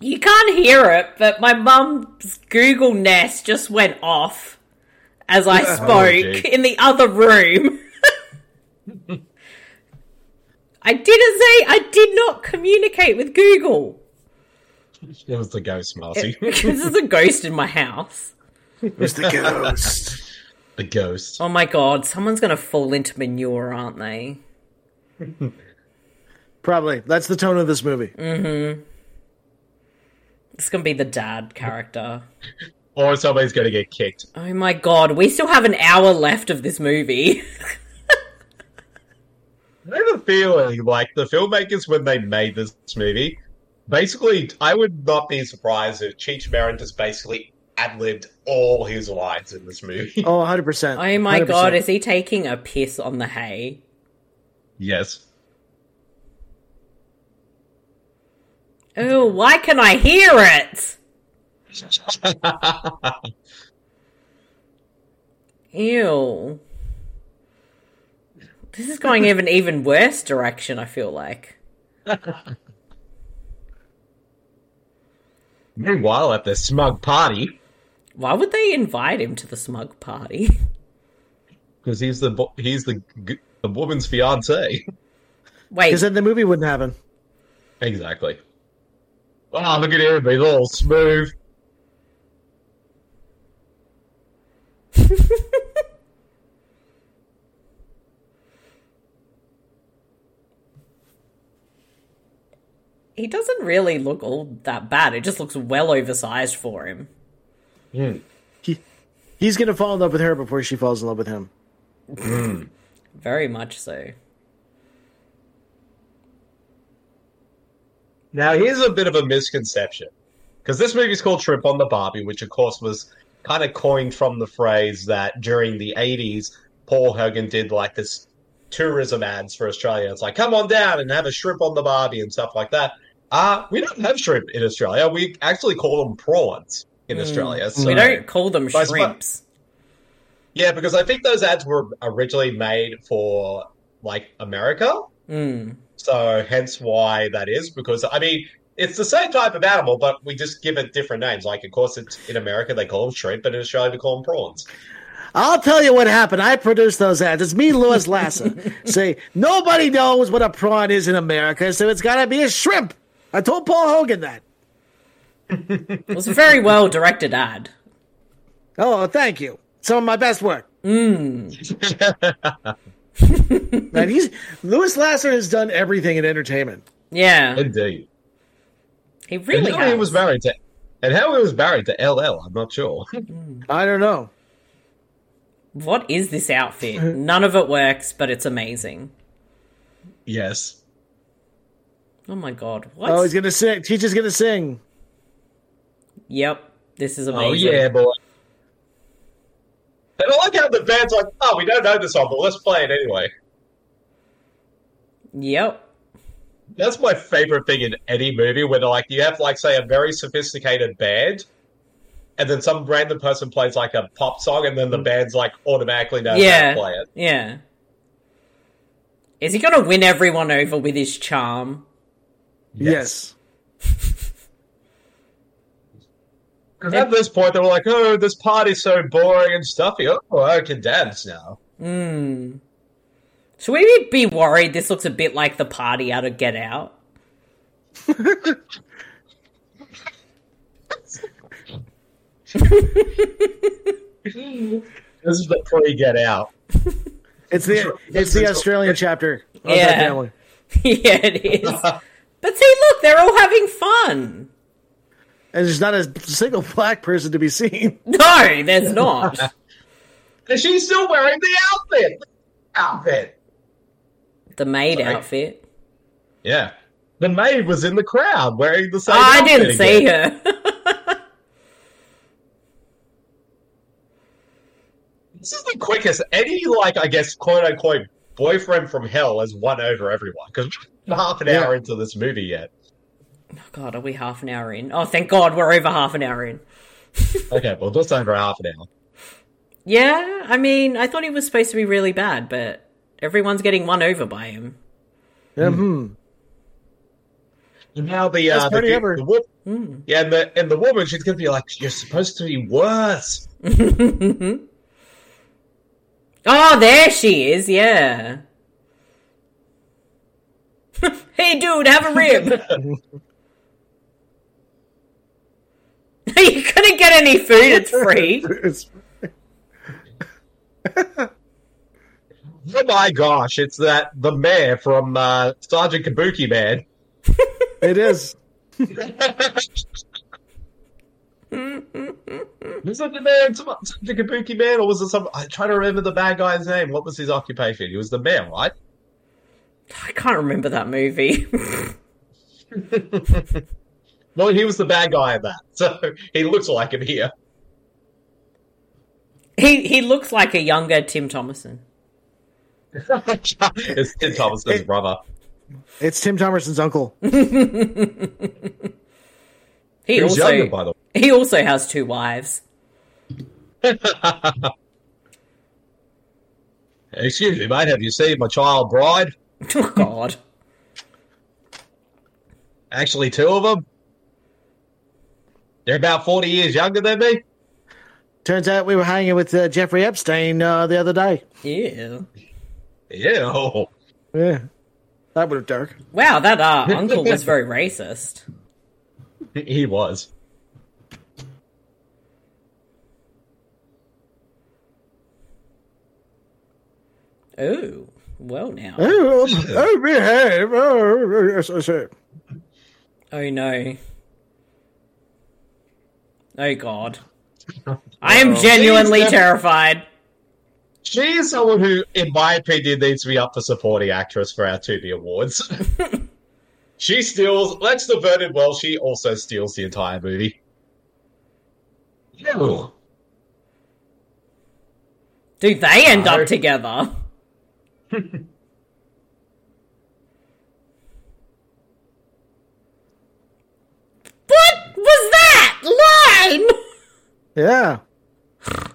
A: You can't hear it, but my mum's Google Nest just went off as I *laughs* spoke
B: gee.
A: in the other room. *laughs* I didn't say I did not communicate with Google.
B: it was the ghost, Marcy.
A: Because there's a ghost in my house.
D: Who's the
A: *laughs*
D: ghost?
B: *laughs* the ghost.
A: Oh my god, someone's gonna fall into manure, aren't they?
D: Probably. That's the tone of this movie.
A: Mm. It's gonna be the dad character.
B: Or somebody's going to get kicked.
A: Oh my god, we still have an hour left of this movie. *laughs*
B: I have a feeling like the filmmakers, when they made this movie, basically, I would not be surprised if Cheech Marin just basically ad libbed all his lines in this movie.
D: Oh, 100%.
A: Oh my god,
D: 100%.
A: is he taking a piss on the hay?
B: *laughs* Yes.
A: Oh, why can I hear it? *laughs* Ew. This is going in an even worse direction, I feel like.
B: Meanwhile, at the smug party,
A: Why would they invite him to the smug party? *laughs*
B: because he's the bo- he's the g- the woman's fiance.
A: Wait,
D: Because then the movie wouldn't happen.
B: *laughs* exactly. Oh, look at him! He's all smooth.
A: he doesn't really look all that bad. It just looks well oversized for him.
B: Hmm.
D: He, he's going to fall in love with her before she falls in love with him.
A: Very much so.
B: Now, here's a bit of a misconception. Because this movie's called Trip on the Barbie, which, of course, was kind of coined from the phrase that during the 80s, Paul Hogan did like this tourism ads for Australia. It's like, come on down and have a shrimp on the Barbie and stuff like that. Uh, we don't have shrimp in Australia. We actually call them prawns in Australia. So.
A: We don't call them
B: But I suppose-
A: shrimps.
B: Yeah, because I think those ads were originally made for like America.
A: Mm.
B: So hence why that is, because I mean it's the same type of animal, but we just give it different names. Like, of course, it's in America they call them shrimp, but in Australia we call them prawns.
D: I'll tell you what happened. I produced those ads. It's me,
A: *laughs*
D: Louis Lassa. Say, nobody knows what a prawn is in America, so it's got to be a shrimp. I told Paul Hogan that.
A: It was a very well directed ad.
D: Oh, thank you. Some of my best work.
A: *laughs*
D: Mm. Man, he's Louis Lasser has done everything in entertainment.
A: Yeah,
B: Indeed.
A: he really
B: and how he
A: has.
B: was married to, and how he was married to LL, I'm not sure. *laughs*
D: I don't know.
A: What is this
B: *laughs*
A: outfit? None of it works, but it's amazing.
B: yes.
A: Oh my god! What?
D: Oh, he's gonna sing. Teacher's gonna sing.
A: Yep, this is amazing.
B: Oh yeah, boy. And I like how the band's like, oh, we don't know the song, but let's play it anyway.
A: Yep.
B: That's my favorite thing in any movie when like you have like say a very sophisticated band and then some random person plays like a pop song and then the band's like automatically knows how
A: Mm-hmm. yeah.
B: to play it.
A: Yeah. Is he gonna win everyone over with his charm?
D: Yes.
B: Because at this point they were like, Oh, this party's so boring and stuffy. Oh, I can dance now.
A: Should we be worried? This looks a bit like the party out of Get Out.
B: This is the pre get out.
D: It's the it's the Australian chapter of that
A: Yeah.
D: family.
A: *laughs* yeah, it is. But see, look, they're all having fun.
D: And there's not a single *laughs* black person to be seen.
A: No, there's not.
B: And she's still wearing the outfit. outfit.
A: The maid
B: Sorry?
A: outfit.
B: Yeah. The maid was in the crowd wearing the same.
A: Oh, I
B: outfit
A: didn't
B: again.
A: see her. *laughs*
B: This is the quickest any, like, I guess, quote unquote, boyfriend from hell has won over everyone because we're half an
D: Yeah.
B: hour into this movie yet.
A: oh, God, are we half an hour in? Oh, thank God, we're over half an hour in.
B: Okay, well, just over half an hour.
A: Yeah, I mean, I thought he was supposed to be really bad, but everyone's getting won over by him.
D: Mhm.
B: And now the
D: That's
B: uh, the,
D: pretty
B: the,
D: ever- Hmm.
B: the wo-
A: Mm.
B: yeah, and the and the woman, she's gonna be like, "You're supposed to be worse."
A: Oh, there she is. Yeah. *laughs* hey, dude, have a rib. *laughs* you couldn't get any food. It's
D: *laughs*
A: free.
D: It's-
B: Oh my gosh, it's that the mayor from uh, Sergeant Kabuki Man.
D: it is.
B: Was it the mayor in Tom- Sergeant Kabuki Man, or was it some? I'm trying to remember the bad guy's name. What was his occupation? He was the mayor, right?
A: I can't remember that movie. *laughs*
B: Well, he was the bad guy in that, *laughs* so he looks like him here.
A: he he looks like a younger Tim Thomason.
B: *laughs* it's Tim Thomason's brother.
D: It's Tim Thomerson's uncle.
A: He
B: He was
A: also
B: younger, by the way.
A: he also has two wives. *laughs*
B: Excuse me, mate. Have you seen my child bride?
A: Oh God.
B: Actually, two of them. They're about forty years younger than me.
D: Turns out we were hanging with uh, Jeffrey Epstein uh, the other day.
A: Ew.
B: Yeah. *laughs*
D: Yeah. That would have dark.
A: Wow, that
B: *laughs*
A: uh, uncle was very racist.
B: He was.
A: Oh, well now.
D: Oh, oh, behave. Oh, yes, yes, yes.
A: Oh no. Oh
B: *laughs*
A: god. I am genuinely
B: Please, uh,
A: terrified.
B: She is someone who, in my opinion, needs to be up for supporting actress for our Tubi Awards. she steals, let's divert it well, she also steals the entire movie. Ew.
A: Do they end
B: No.
A: up together? what was that *laughs* line?
D: Yeah.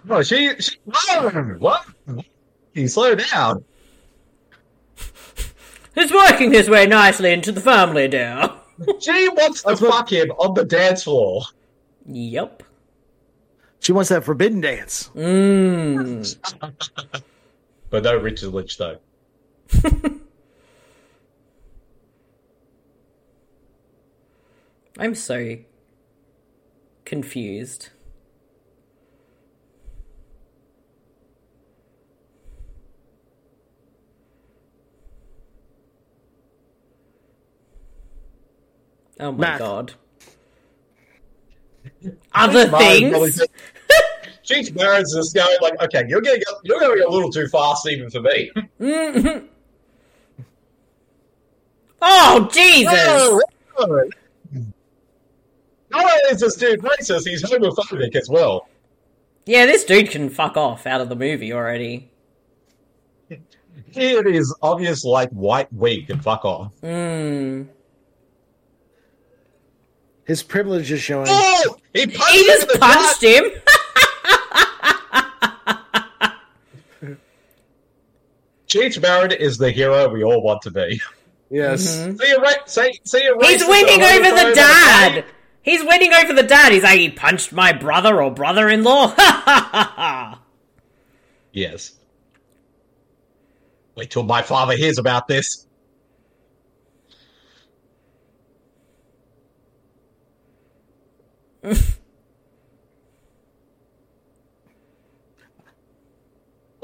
B: No, she, she, whoa, what? You slow down.
A: He's working his way nicely into the family now.
B: She wants to fuck him on the dance floor.
A: Yep.
D: She wants that forbidden dance.
A: Mmm.
B: But no Richard Lynch, though.
A: I'm so confused. Oh my *laughs*
D: Math.
A: god. Other *laughs* things?
B: She's married to this guy, like, okay, you're getting, you're going a little too fast even for *laughs* me.
A: Oh, Jesus!
B: No, no. Not only is this dude racist, he's homophobic as well.
A: Yeah, this dude can fuck off out of the movie already.
B: It is obvious, like white wig and fuck off.
A: Mmm.
D: His privilege is showing.
B: Oh, he punched
A: He
B: him in
A: just
B: the gut!
A: punched him!
B: Cheech Marin is the hero we all want to be.
D: Yes.
B: See you, ra- say, see you
A: He's
B: racist
A: winning
B: or
A: over the
B: homophobe,
A: dad.
B: okay?
A: He's winning over the dad. He's like, he punched my brother or brother in law. Ha ha ha ha.
B: Yes. Wait till my father hears about *laughs* this.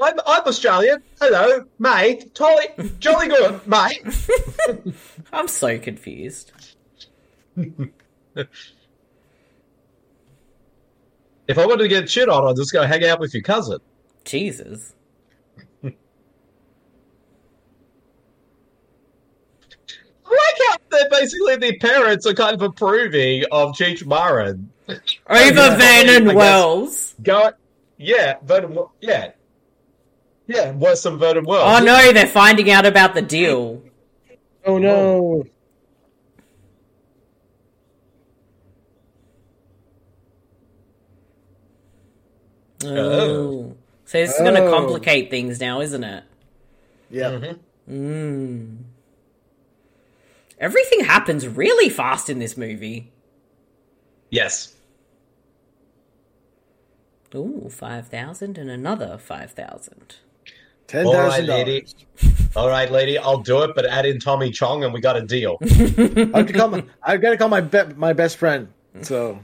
B: I'm, I'm Australian. Hello, mate. Tolly, jolly good, mate.
A: *laughs* I'm so confused.
B: If I wanted to get shit on, I'd just go hang out with your cousin.
A: Jesus.
B: basically the parents are kind of approving of Cheech Marin.
A: Over Van
B: I
A: and
B: guess.
A: Wells.
B: Go, yeah, Vernon, Wel- yeah, yeah, worse than Vernon Wells.
A: Oh no, they're finding out about the deal.
D: Oh no.
A: Oh. So this is going to
D: Oh.
A: complicate things now, isn't it?
D: Yeah.
B: Mm-hmm.
A: Everything happens really fast in this movie.
B: Yes.
A: Ooh, 5,000 and another 5,000.
D: Ten
B: All right,
D: thousand
B: lady.
D: dollars.
B: All right, lady. I'll do it, but add in Tommy Chong, and we got a deal.
A: *laughs*
D: I have to call my I've got to call my be- my best friend. So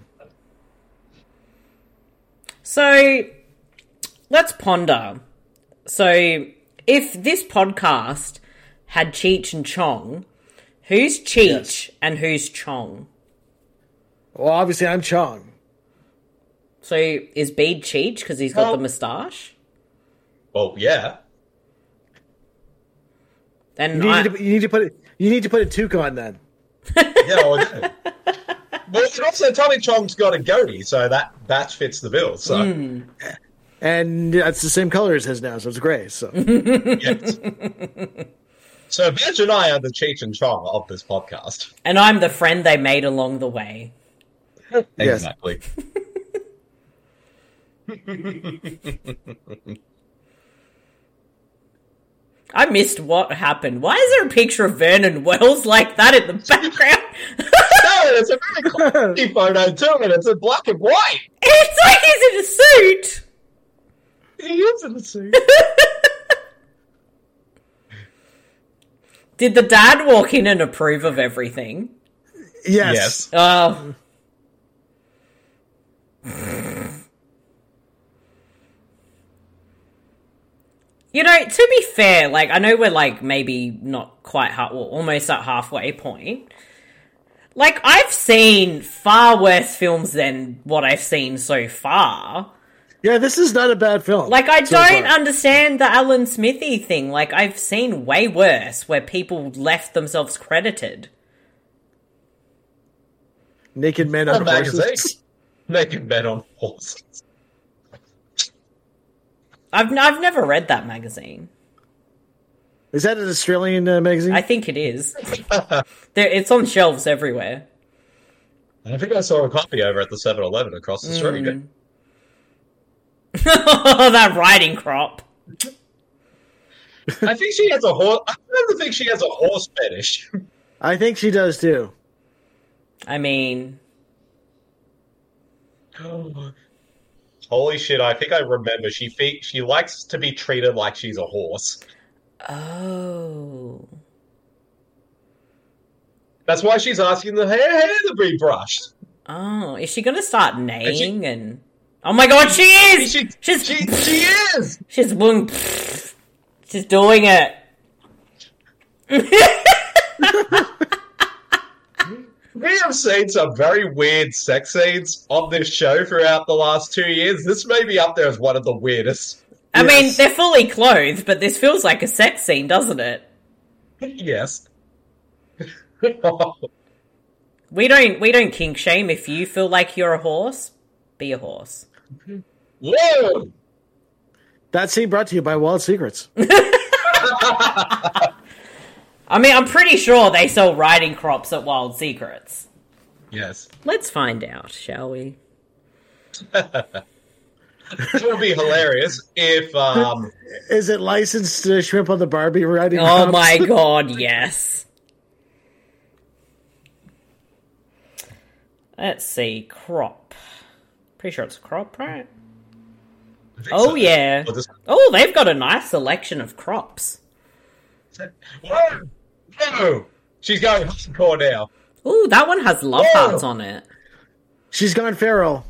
A: So let's ponder. So if this podcast had Cheech and Chong, who's Cheech and who's Chong?
D: well obviously I'm Chong.
A: So is Bede Cheech because he's got
B: Well-
A: the moustache?
B: well, yeah.
D: You
A: And
D: need,
A: I,
D: to, you need to put it you need to put a toque on then.
B: Yeah, well, yeah. Well, and also Tommy Chong's got a goatee, so that that fits the bill. So
A: Hmm.
D: And that's the same color as his now, so it's
A: *laughs*
D: gray. So
B: yes. So Badge and I are the Cheech and Chong of this podcast.
A: and I'm the friend they made along the way.
D: Yes.
B: Exactly.
A: I missed what happened. Why is there a picture of Vernon Wells like that
D: *laughs*
A: in the background? *laughs*
B: no, it's a very classy photo too, and it's in black and white.
A: it's like he's in a suit.
B: He is in the suit.
A: Did the dad walk in and approve of everything?
D: yes.
A: Oh. you know, to be fair, like, I know we're, like, maybe not quite half, well, almost at halfway point. Like, I've seen far worse films than what I've seen so far.
D: Yeah, this is not a bad film.
A: Like, I
D: so
A: don't
D: far.
A: understand the Alan Smithy thing. Like, I've seen way worse where people left themselves credited.
D: naked men
B: A
D: on
B: magazine. *laughs*
D: horses.
B: Naked men on horses.
A: I've, I've never read that magazine.
D: Is that an Australian uh, magazine?
A: I think it *laughs* is. there, it's on shelves everywhere. *laughs*
B: I think I saw a copy over at the 7-Eleven across the street.
A: that riding crop.
B: I think she has a horse. I don't think she has a horse fetish. *laughs*
D: I think she does too.
A: I mean,
B: Holy shit! I think I remember. She fe- she likes to be treated like she's a horse.
A: oh,
B: That's why she's asking the hair hair to be brushed.
A: oh, is she gonna start neighing and? Oh my god, she is.
B: She she
A: she's
B: she is.
A: she's doing. She's doing it.
B: We have seen some very weird sex scenes on this show throughout the last two years. This may be up there as one of the weirdest.
A: I mean,
D: Yes.
A: they're fully clothed, but this feels like a sex scene, doesn't it?
B: Yes. *laughs*
A: We don't we don't kink shame. If you feel like you're a horse, be a horse.
B: Whoa!
D: That scene brought to you by
A: *laughs*
D: Wild Secrets.
A: I mean, I'm pretty sure they sell riding crops at Wild Secrets.
B: Yes.
A: Let's find out, shall we?
B: It would be hilarious if um
D: Is it licensed uh, shrimp on the Barbie riding?
A: Oh
D: *laughs* humps?
A: my god, yes. Let's see, crop. Pretty sure it's crop, right?
B: I think
A: Oh
B: so.
A: yeah.
B: Well, this-
A: Oh, they've got a nice selection of crops.
B: Whoa! Whoa! She's going hardcore now.
A: Ooh, that one has love
B: Whoa.
A: hearts on it.
D: She's gone feral.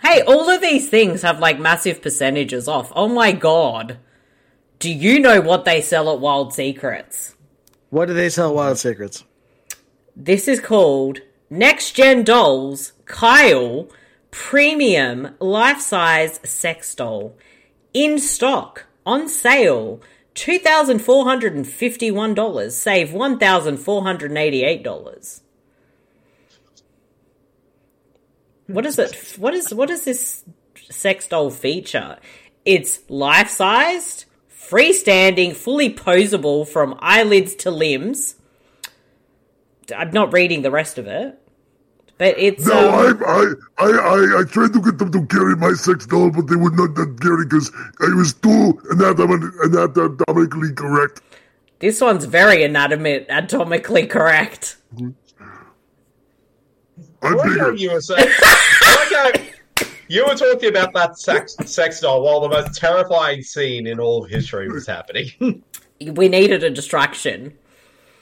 A: Hey, all of these things have like massive percentages off. Oh my god. Do you know what they sell at Wild Secrets?
D: What do they sell? Wild Secrets.
A: This is called Next Gen Dolls Kyle Premium Life Size Sex Doll. In stock, on sale, $2,451. Save $1,488. What is it? What is what is this sex doll feature? It's life sized, freestanding, fully posable from eyelids to limbs. I'm not reading the rest of it, but it's
C: No,
A: um,
C: I, I, I, I, I tried to get them to carry my sex doll, but they would not that carry because I was too anatom- anatomically correct.
A: This one's very anatomi- anatomically correct.
C: I'm
B: I like how
C: bigger.
B: you were saying. I like how you were talking about that sex, sex doll while the most terrifying scene in all of history was happening.
A: *laughs* We needed a distraction.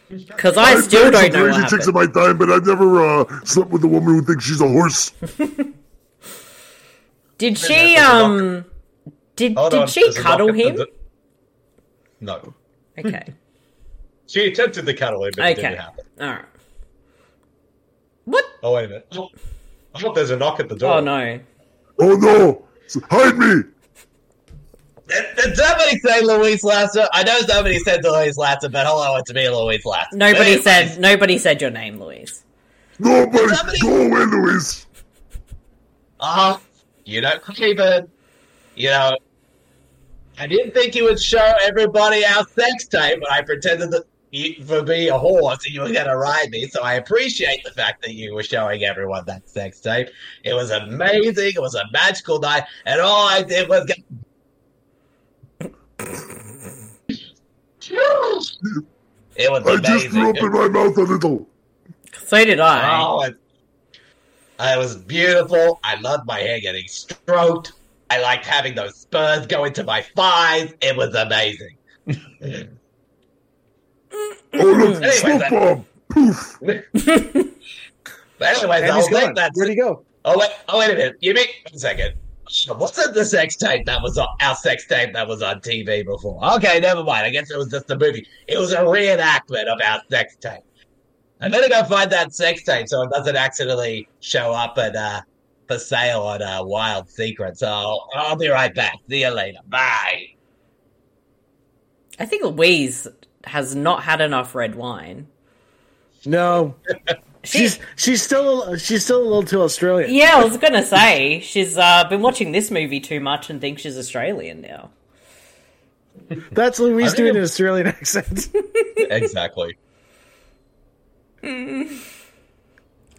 A: Because I
C: I've
A: still
C: married some
A: don't know what
C: crazy chicks in
A: happened.
C: my time, but I've never uh, slept with a woman who thinks she's a horse.
A: Did she,
B: there's a knock.
A: um. Did,
B: Hold on,
A: did she
B: there's a knock
A: cuddle
B: at the
A: him?
B: d- No. *laughs*
A: Okay.
B: She attempted to cuddle him, but it
A: Okay.
B: didn't happen.
A: Alright. What?
B: Oh, wait a minute. Oh, I thought there's a knock at the door.
A: Oh no.
C: Oh no! S- Hide me!
B: Did, did somebody say Louise Lasser? I know somebody said Louise Lasser, but hello, it's me, Louise Lasser.
A: Nobody
B: Anyway,
A: said nobody said your name, Louise.
C: Nobody!
B: Somebody-
C: Go away, Luis!
B: Uh huh. You know, even you know, I didn't think you would show everybody our sex tape, but I pretended that you, for being a horse and you were going to ride me. So I appreciate the fact that you were showing everyone that sex tape. It was amazing. It was a magical night, and all I did was get. It was
C: I just
B: amazing.
C: threw up in my mouth a little.
A: So did I.
B: Oh, it, it was beautiful. I loved my hair getting stroked. I liked having those spurs go into my thighs. It was amazing.
C: Oh look,
B: Anyway,
C: smoke
B: that-
C: bomb! Poof!
B: But anyways,
D: And
B: I'll
D: he's
B: think
D: gone.
B: that's.
D: Where'd he go?
B: Oh wait, oh wait a minute. You mean one second? Wasn't the sex tape that was on our sex tape that was on TV before? Okay, never mind. I guess it was just a movie. It was a reenactment of our sex tape. I better go find that sex tape so it doesn't accidentally show up at uh, for sale on uh, Wild Secret. So I'll be right back. See you later. Bye.
A: I think Louise has not had enough red wine.
D: No,
A: She,
D: she's she's still she's still a little too Australian.
A: yeah, I was gonna say she's uh, been watching this movie too much and thinks she's Australian now.
D: That's Louise
B: I
D: doing
B: think-
D: an Australian *laughs* accent.
B: Exactly.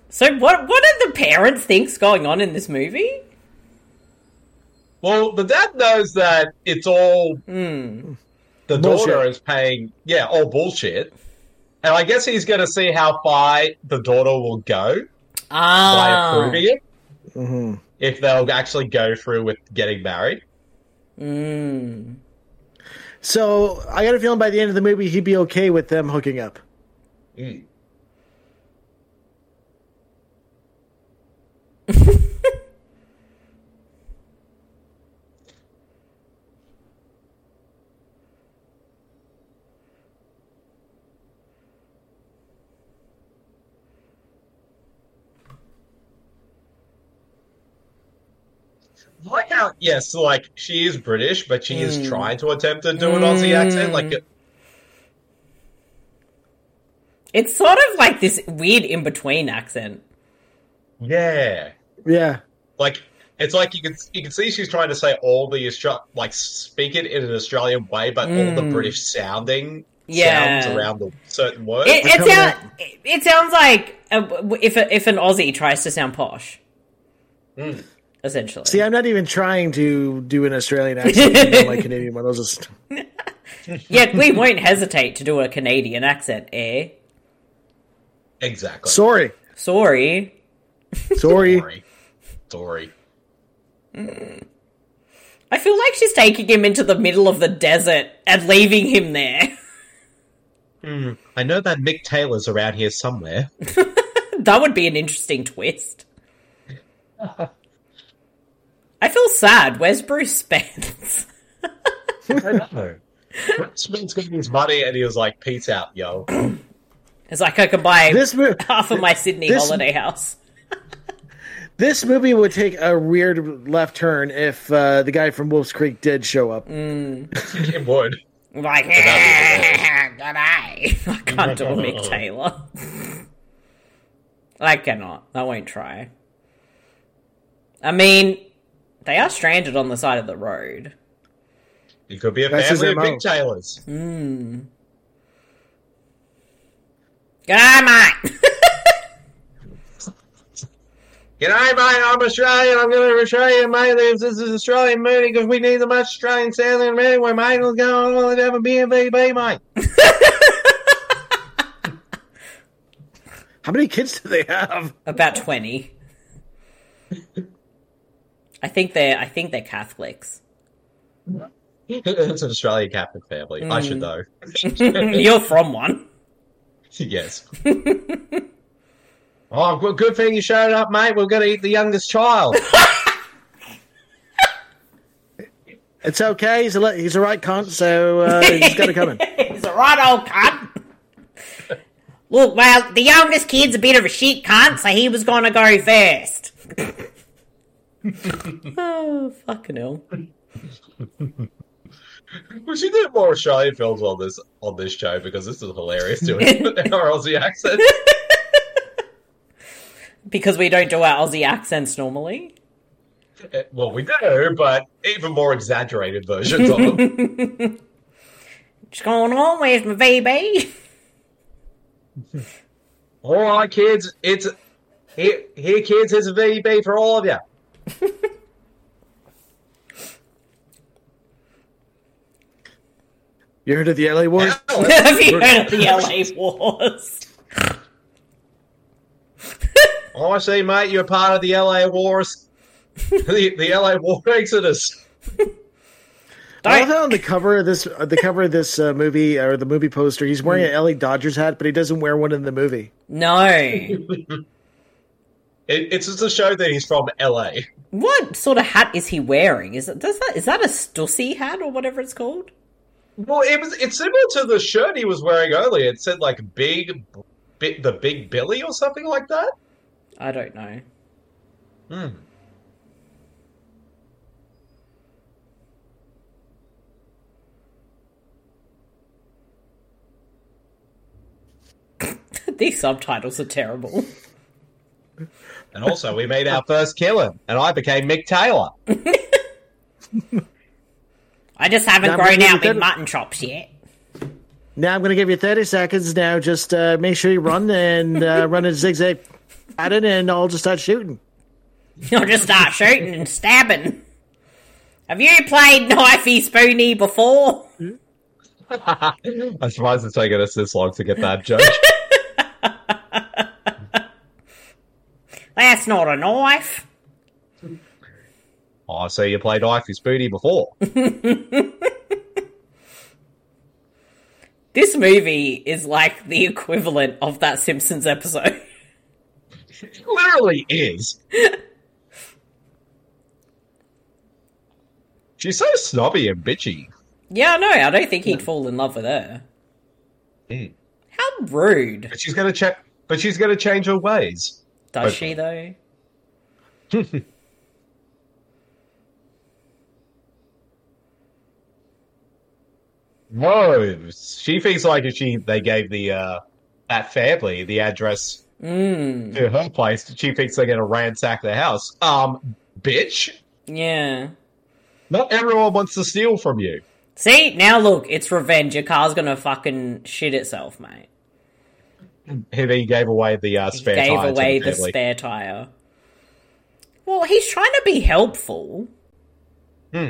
A: So what? What are the parents thinks going on in this movie?
B: Well, the dad knows that it's all
A: Hmm.
B: the daughter
D: Bullshit.
B: is paying. Yeah, all bullshit. And I guess he's going to see how far the daughter will go by
A: Ah, Mm-hmm.
B: approving it. If they'll actually go through with getting married.
D: So I got a feeling by the end of the movie he'd be okay with them hooking up.
B: Like how, yes, like she is British, but she
A: Hmm.
B: is trying to attempt to do an Aussie accent. Like,
A: it's sort of like this weird in between accent.
B: yeah.
D: Yeah,
B: Like it's like you can you can see she's trying to say all the Austra- like speak it in an Australian way, but all the British sounding
A: Hmm. Yeah.
B: sounds around the certain words.
A: It, it,
D: Recover
A: sound, it, it sounds like uh, if a, if an Aussie tries to sound posh, essentially.
D: see, I'm not even trying to do an Australian accent. you know, my Canadian one. I was just
A: Yet we won't hesitate to do a Canadian accent, eh?
B: exactly.
D: sorry,
A: Sorry.
D: sorry.
B: Sorry. Sorry.
A: I feel like she's taking him into the middle of the desert and leaving him there. *laughs*
B: I know that Mick Taylor's around here somewhere.
A: that would be an interesting twist. I feel sad. Where's Bruce Spence? *laughs*
B: I know. Smith's got his money and he was like, peace
D: *coughs*
B: out, yo.
A: It's like I could buy
D: This movie,
A: half of my Sydney
D: this-
A: holiday house.
D: this movie would take a weird left turn if uh, the guy from Wolf's Creek did show up.
B: it would.
A: Like, good *laughs* eye. I can't do a Mick Taylor. *laughs* I cannot. I won't try. I mean, they are stranded on the side of the road.
B: You could be a
D: That's his
B: family of
D: MO.
B: big tailors.
A: Good eye, mate. *laughs*
B: G'day, mate. I'm Australian. I'm going to Australia, mate. This this is Australian movie because we need the much Australian sound in it anyway, mate. Let's go on. Let's have a B&B, mate. *laughs*
D: How many kids do they have?
A: About twenty. I think they're. I think they're Catholics. *laughs*
B: it's an Australian Catholic family. I
D: Mm.
B: should know. *laughs*
A: You're from one.
D: *laughs*
B: yes. oh, good, good thing you showed up, mate. We're going to eat the
D: *laughs*
B: youngest child.
D: It's okay. He's a le- he's a right cunt, so uh, he's got to come in.
A: He's a right old cunt. *laughs* Look, well, the youngest kid's a bit of a shit cunt, so he was gonna go first. *laughs* oh, fucking hell.
B: we should do more Australian films on this on this show because this is hilarious doing *laughs* our Aussie accent.
A: Because we don't do our Aussie accents normally.
B: Eh, well, we do, but even more exaggerated versions of them.
A: What's going on? Where's my VB?
B: All right, kids, it's here, here kids. Here's a VB for all of you.
D: You heard of the LA Wars?
A: *laughs* Have you heard of the LA Wars?
B: Oh, I see, mate. You're part of the LA Wars, the, the LA War Exodus.
D: I love how on the cover of this uh, the cover of this uh, movie or the movie poster, he's wearing an LA Dodgers hat, but he doesn't wear one in the movie.
A: No.
B: It, it's just a show that he's from LA.
A: What sort of hat is he wearing? Is it does that is that a Stussy hat or whatever it's called?
B: Well, it was it's similar to the shirt he was wearing earlier. It said like big, big the Big Billy or something like that.
A: I don't know. *laughs* These subtitles are terrible.
B: And also, we made our first killing, and I became Mick Taylor.
A: I just haven't
D: That
A: grown
D: movie
A: out
D: was
A: with
D: good.
A: mutton chops yet. *laughs*
D: Now I'm going to give you 30 seconds. Now just uh, make sure you run
A: *laughs*
D: and uh, run a zigzag at it, and I'll just start shooting.
A: You'll just start shooting and stabbing. Have you played *laughs* knifey spoony before?
B: I'm surprised it's taken us this long to get that joke.
A: That's not a knife.
B: oh, so you played Ify Spoony before?
A: This movie is like the equivalent of that Simpsons episode. *laughs*
B: literally is. She's so snobby and bitchy.
A: Yeah, no, I don't think he'd fall in love with her.
B: Mm.
A: How rude.
B: But she's gonna check. But she's gonna change her ways.
A: Does
B: Okay.
A: she, though?
B: Whoa! She thinks like if she they gave the uh that family the address
A: Mm.
B: to her place, she thinks they're gonna ransack the house. Um, bitch!
A: Yeah.
B: Not everyone wants to steal from you.
A: See, now look, it's revenge. Your car's gonna fucking shit itself, mate.
B: He then gave away the uh, spare
A: Gave
B: tire
A: away
B: to
A: the
B: the family.
A: spare tire. Well, he's trying to be helpful.
B: Is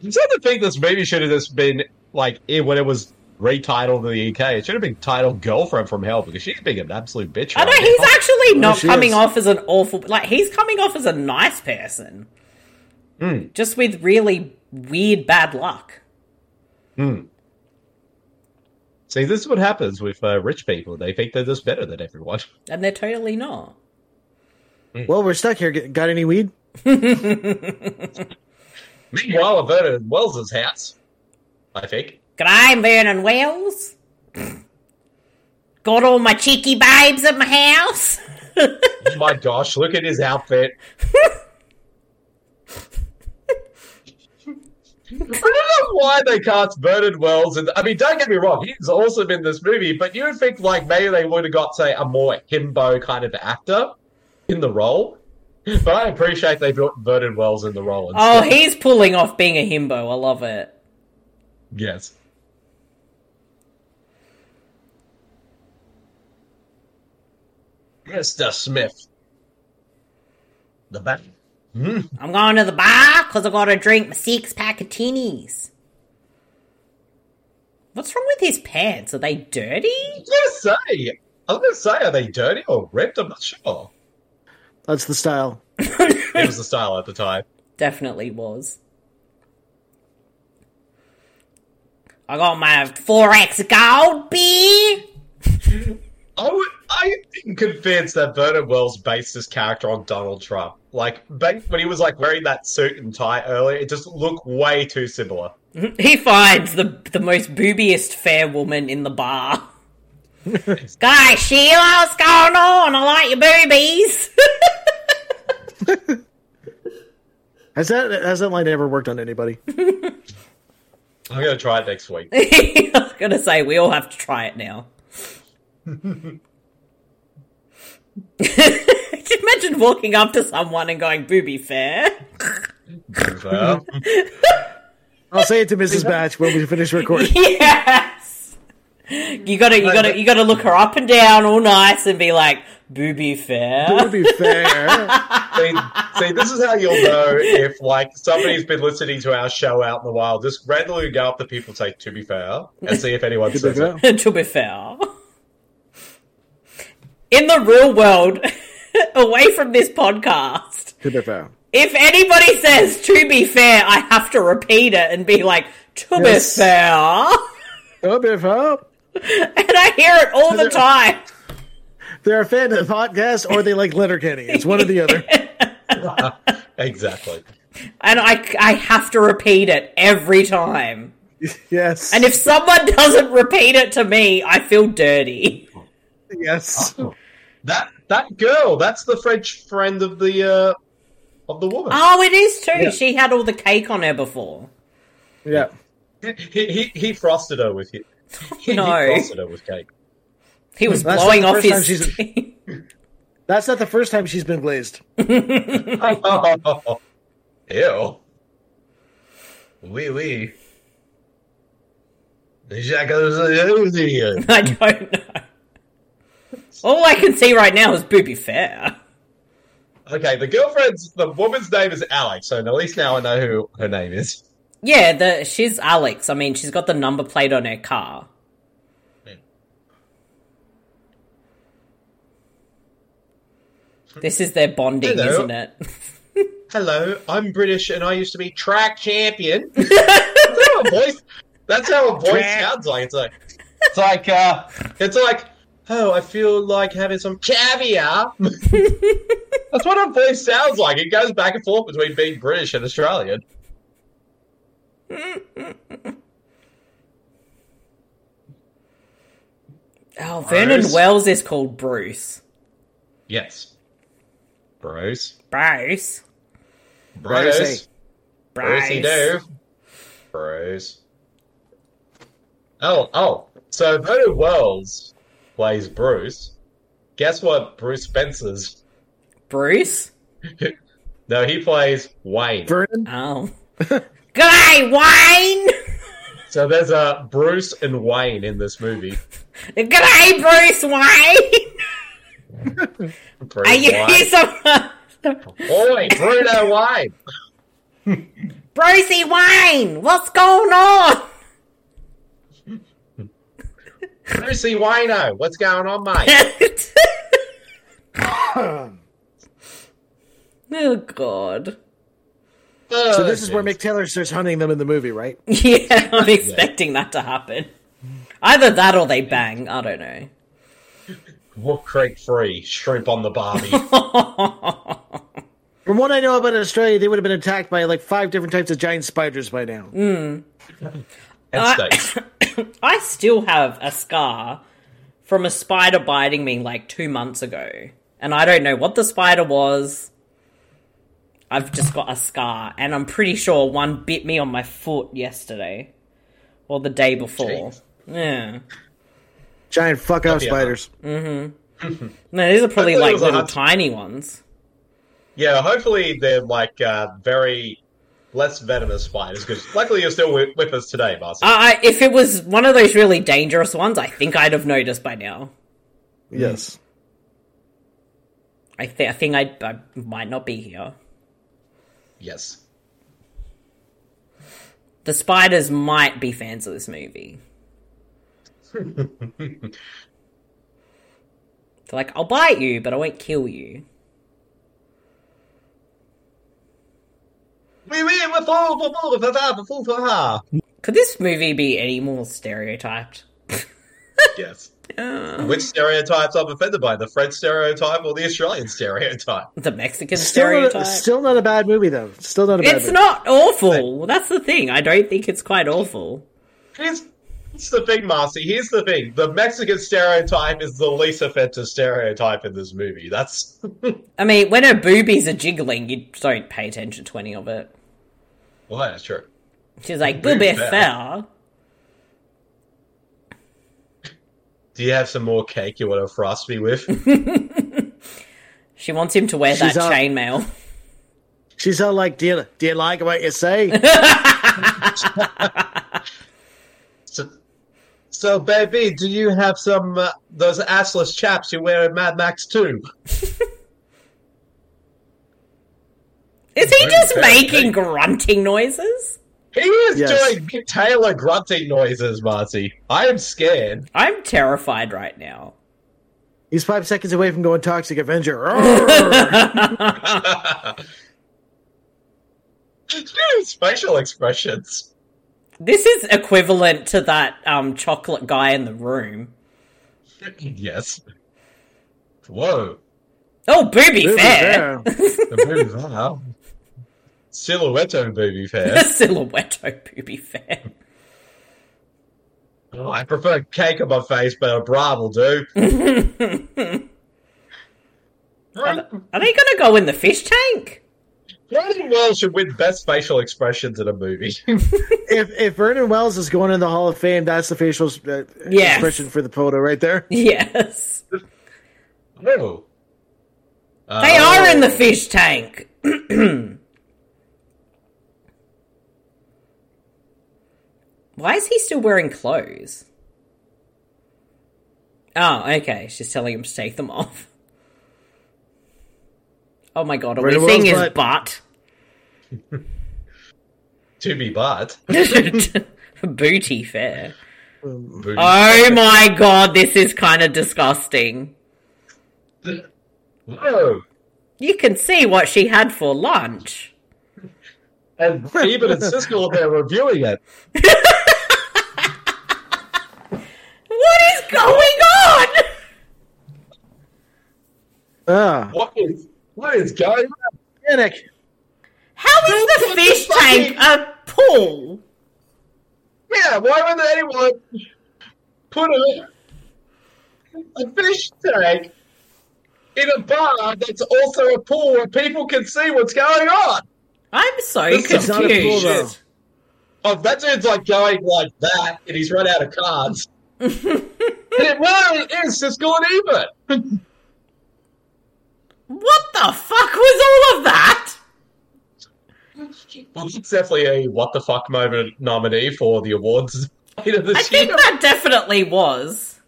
B: that the thing this movie should have just been like it, when it was retitled in the UK? It should have been titled "Girlfriend from Hell" because she's being an absolute bitch.
A: I know
B: right
A: he's
B: now.
A: actually not
D: she
A: coming
D: is.
A: off as an awful like he's coming off as a nice person. Just with really weird bad luck.
B: See, this is what happens with uh, rich people; they think they're just better than everyone. *laughs*
A: And they're totally not.
D: Well, we're stuck here. G- Got any weed?
B: Meanwhile, at Vernon Wells's house, I think.
A: Grime Vernon Wells. Got all my cheeky babes at my house.
B: Oh my gosh, look at his outfit. I don't know why they cast Vernon Wells. And I mean, don't get me wrong, he's awesome in this movie. But you would think like maybe they would have got say a more himbo kind of actor in the role. But I appreciate they built Vernon Wells in the role.
A: Oh,
B: instead.
A: he's pulling off being a himbo. I love it.
B: yes. Mr. Smith. The bat.
A: I'm going to the bar because I got to drink my six pack of tinnies. What's wrong with his pants? Are they dirty?
B: I was gonna say, I was gonna say, are they dirty or ripped? I'm not sure.
D: That's the style.
B: It was the style at the time.
A: Definitely was. I got my 4x gold beer.
B: I would, I am convinced that Vernon Wells based his character on Donald Trump. Like back when he was like wearing that suit and tie earlier, it just looked way too similar.
A: He finds the the most boobiest fair woman in the bar. Guy Sheila, what's going on? I like your boobies. *laughs*
D: Has that has that line ever worked on anybody?
B: I'm gonna try it next week.
A: I was gonna say we all have to try it now. *laughs* Just imagine walking up to someone and going booby fair. *laughs*
B: Well,
D: I'll say it
A: *laughs*
D: to Mrs. Batch when we finish recording. *laughs*
A: yes, you gotta, you gotta, you gotta look her up and down, all nice, and be like booby
D: to
A: fair.
D: be fair,
B: see, see, this is how you'll know if like somebody's been listening to our show out in the wild. Just randomly go up to people, and say "to be fair," and see if anyone
D: to be
B: says it.
D: fair.
A: *laughs* to be fair. In the real world, *laughs* away from this podcast,
D: To be fair.
A: if anybody says to be fair, I have to repeat it and be like, to
D: Yes.
A: be fair. *laughs*
D: To be fair.
A: And I hear it all
D: *laughs*
A: the time.
D: They're a fan of the podcast or they like Letterkenny. It's one or the
A: *laughs*
D: other.
B: *laughs* Exactly.
A: And I, I have to repeat it every time.
D: Yes.
A: And if someone doesn't repeat it to me, I feel
D: *laughs*
A: dirty.
D: yes.
A: Oh.
B: That that girl, that's the French friend of the uh of the woman.
A: Oh, it is too.
D: Yeah.
A: She had all the cake on her before.
D: Yeah.
B: He, he he frosted her with he, he
A: Oh, No.
B: frosted her with cake. *laughs*
A: He was
D: Hmm, That's not
A: blowing
D: the
A: off
D: first time
A: his. *laughs*
D: she's- That's not the first time she's been glazed.
B: Ew. Wee wee. Jacques Ozzy.
A: *laughs* I don't know. All I can see right now is Booby Fair.
B: Okay, the girlfriend's the woman's name is Alex, so at least now I know who her name is.
A: Yeah, the she's Alex. I mean, she's got the number plate on her car. This is their bonding,
B: Hello.
A: isn't it? *laughs*
B: Hello, I'm British and I used to be track champion. that's how a voice, that's how a voice sounds like. It's like it's like uh it's like oh I feel like having some caviar. that's what a voice sounds like. It goes back and forth between being British and Australian.
A: Oh, Vernon
B: Bruce.
A: Wells is called Bruce.
B: Yes. Bruce.
A: Bruce.
D: Bruce,
B: Bruce.
A: Bruce.
B: Brucey Dave. Bruce. Oh, oh. So Vernon Wells plays Bruce. Guess what Bruce Spencer's?
A: Bruce.
B: No, he plays Wayne.
D: Vernon.
B: *laughs*
A: Oh. G'day, Wayne.
B: so there's a uh, Bruce and Wayne in this
D: *laughs*
B: movie.
A: G'day, Bruce Wayne. *laughs*
B: Bruce
A: Are you
B: Wayne.
A: here somewhere?
B: Oi, Bruno Wayne.
A: Brucey Wayne, what's going on?
B: Brucey Wayno, what's going on, mate?
A: *laughs* oh God!
D: *laughs* So this is where Mick Taylor starts hunting them in the movie, right?
A: *laughs* Yeah, I'm expecting that to happen. Either that or they bang. I don't know.
B: Wolf Creek free shrimp on
D: *laughs*
B: the barbie.
D: From what I know about Australia, they would have been attacked by like five different types of giant spiders by now.
A: Mm.
B: and steaks.
A: *laughs* I still have a scar from a spider biting me like two months ago, and I don't know what the spider was. I've just got a scar, and I'm pretty sure one bit me on my foot yesterday or the day before.
B: Jeez.
A: Yeah.
D: Giant fuck out
A: Oh,
B: Yeah.
D: spiders.
A: Mm. No, these are probably
B: Hopefully it
A: like
B: was a
A: little
B: hot-
A: tiny ones.
B: Yeah, hopefully they're like uh, very less venomous spiders because luckily you're still with, with us today, Marcy.
A: I, I- if it was one of those really dangerous ones, I think I'd have noticed by now.
D: Yes.
A: I, th- I think I, I might not be here.
B: yes.
A: The spiders might be fans of this
D: *laughs*
A: movie. They're like, I'll bite you, but I won't kill you.
B: We win with all the full of the full of ha.
A: Could this movie be any more stereotyped?
B: Yes. Which stereotypes I'm offended by? The French stereotype or the Australian *laughs* stereotype?
A: The Mexican
D: Still
A: stereotype?
D: not, still not a bad movie though. Still not a bad
A: it's
D: movie.
A: not awful. That's the thing. I don't think it's quite awful.
B: Here's, here's the thing, Marcy. Here's the thing. The Mexican stereotype is the least offensive stereotype in this movie. That's *laughs*
A: I mean, when her boobies are jiggling, you don't pay attention to any of it.
B: well, that's true.
A: She's like, booby
B: Boobies there.
A: fell.
B: Do you have some more cake you want to frost me with?
A: She wants him to wear
D: She's
A: that
D: up.
A: chainmail. *laughs*
D: She's all like, do you, do you like what you
A: *laughs*
D: say?
B: so, so, baby, do you have some uh, those assless chaps you wear in Mad Max 2?
A: Is he
B: Booby
A: just
B: fell,
A: making
B: mate.
A: grunting noises?
B: He is
D: Yes.
B: doing Mick Taylor grunting noises, Marcy. I am scared. *laughs*
A: I'm terrified right now.
D: He's five seconds away from going toxic Avenger.
A: *laughs*
D: Arrgh.
B: His facial expressions. *laughs*
A: This is equivalent to that um, chocolate guy in the room.
B: Yes. Whoa.
A: Oh, booby,
D: Movie
A: fair.
D: there.
B: The boobies are. Silhouetto
A: *laughs*
B: booby
A: The
B: fair.
A: silhouetto booby fair.
B: Oh, I prefer cake on my face, but a bra will do. Brandon
A: Are they gonna go in the fish tank? *laughs*
B: Brandon Wells should win best facial expressions in a movie. *laughs*
D: If if Vernon Wells is going in the Hall of Fame, that's the facial uh,
A: Yes.
D: expression for the photo right there.
A: Yes.
B: oh.
A: They are in the fish tank. *clears throat* Why is he still wearing clothes? Oh, okay. She's telling him to take them off. Oh my god, are
D: Right,
A: we
D: well,
A: seeing his
D: but-
A: butt?
B: To be but.
A: *laughs* Booty fair.
B: Booty.
A: Oh my god, this is kind of disgusting.
B: Whoa.
A: You can see what she had for lunch.
B: And even and Siskel are there reviewing it.
A: What is going on? *laughs*
D: Ah,
B: What is what is going on?
D: panic.
A: How is the fish tank a pool?
B: Yeah, why would anyone put a, a fish tank in a bar that's also a pool where people can see what's going on?
A: I'm so
B: This
D: is not a pool,
A: confused.
D: though.
B: Oh, that dude's like going like that, and he's run out of
A: *laughs*
B: cards. and it really is Siskel and Ebert.
A: *laughs* what the fuck was all of that?
B: Well, it's definitely a what the fuck moment nominee for the awards later
A: I
B: this year.
A: think that definitely was.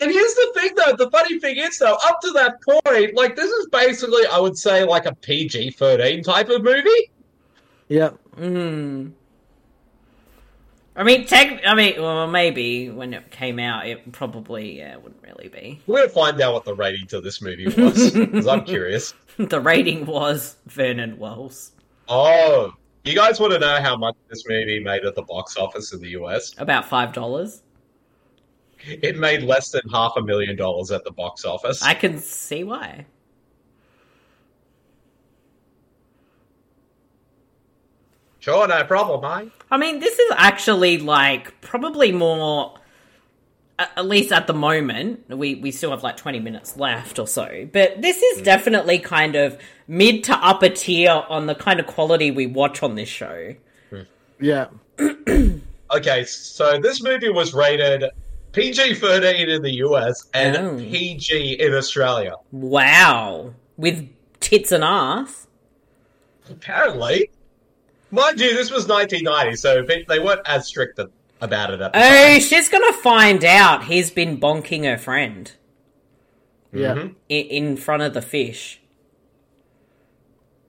B: And here's the thing, though. The funny thing is, though, up to that point, like this is basically, I would say, like a PG thirteen type of movie.
D: Yep.
A: Mm-hmm. I mean, tech. I mean, well, maybe when it came out, it probably yeah wouldn't really be. *laughs*
B: We're gonna find out what the rating to this movie was because I'm curious.
A: the rating was Vernon Wells
B: Oh, you guys want to know how much this movie made at the box office in the US?
A: about five dollars.
B: It made less than half a million dollars at the box office.
A: I can see why.
B: Sure, no problem, mate.
A: I mean, this is actually like probably more a- at least at the moment, we, we still have like 20 minutes left or so. But this is definitely kind of mid to upper tier on the kind of quality we watch on this show.
D: Yeah.
B: Okay, so this movie was rated PG 13 in the US and
A: Oh.
B: PG in Australia.
A: Wow. With tits and ass.
B: Apparently. Mind you, this was 1990, so pe- they weren't as strict a- about it at the time.
A: Oh, she's gonna find out he's been bonking her friend
D: Yeah.
A: i- in front of the fish.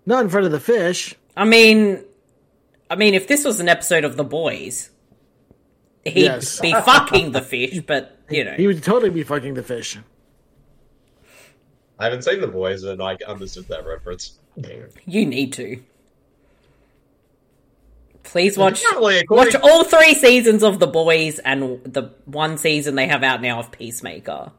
D: Not in front of the fish.
A: I mean, I mean, if this was an episode of The Boys, he'd
D: Yes.
A: be fucking the fish, but you know,
D: He would totally be fucking the fish.
B: I haven't seen The Boys and I understood that reference.
A: you need to. Please watch
B: Apparently, according-
A: watch all three seasons of The Boys and the one season they have out now of Peacemaker.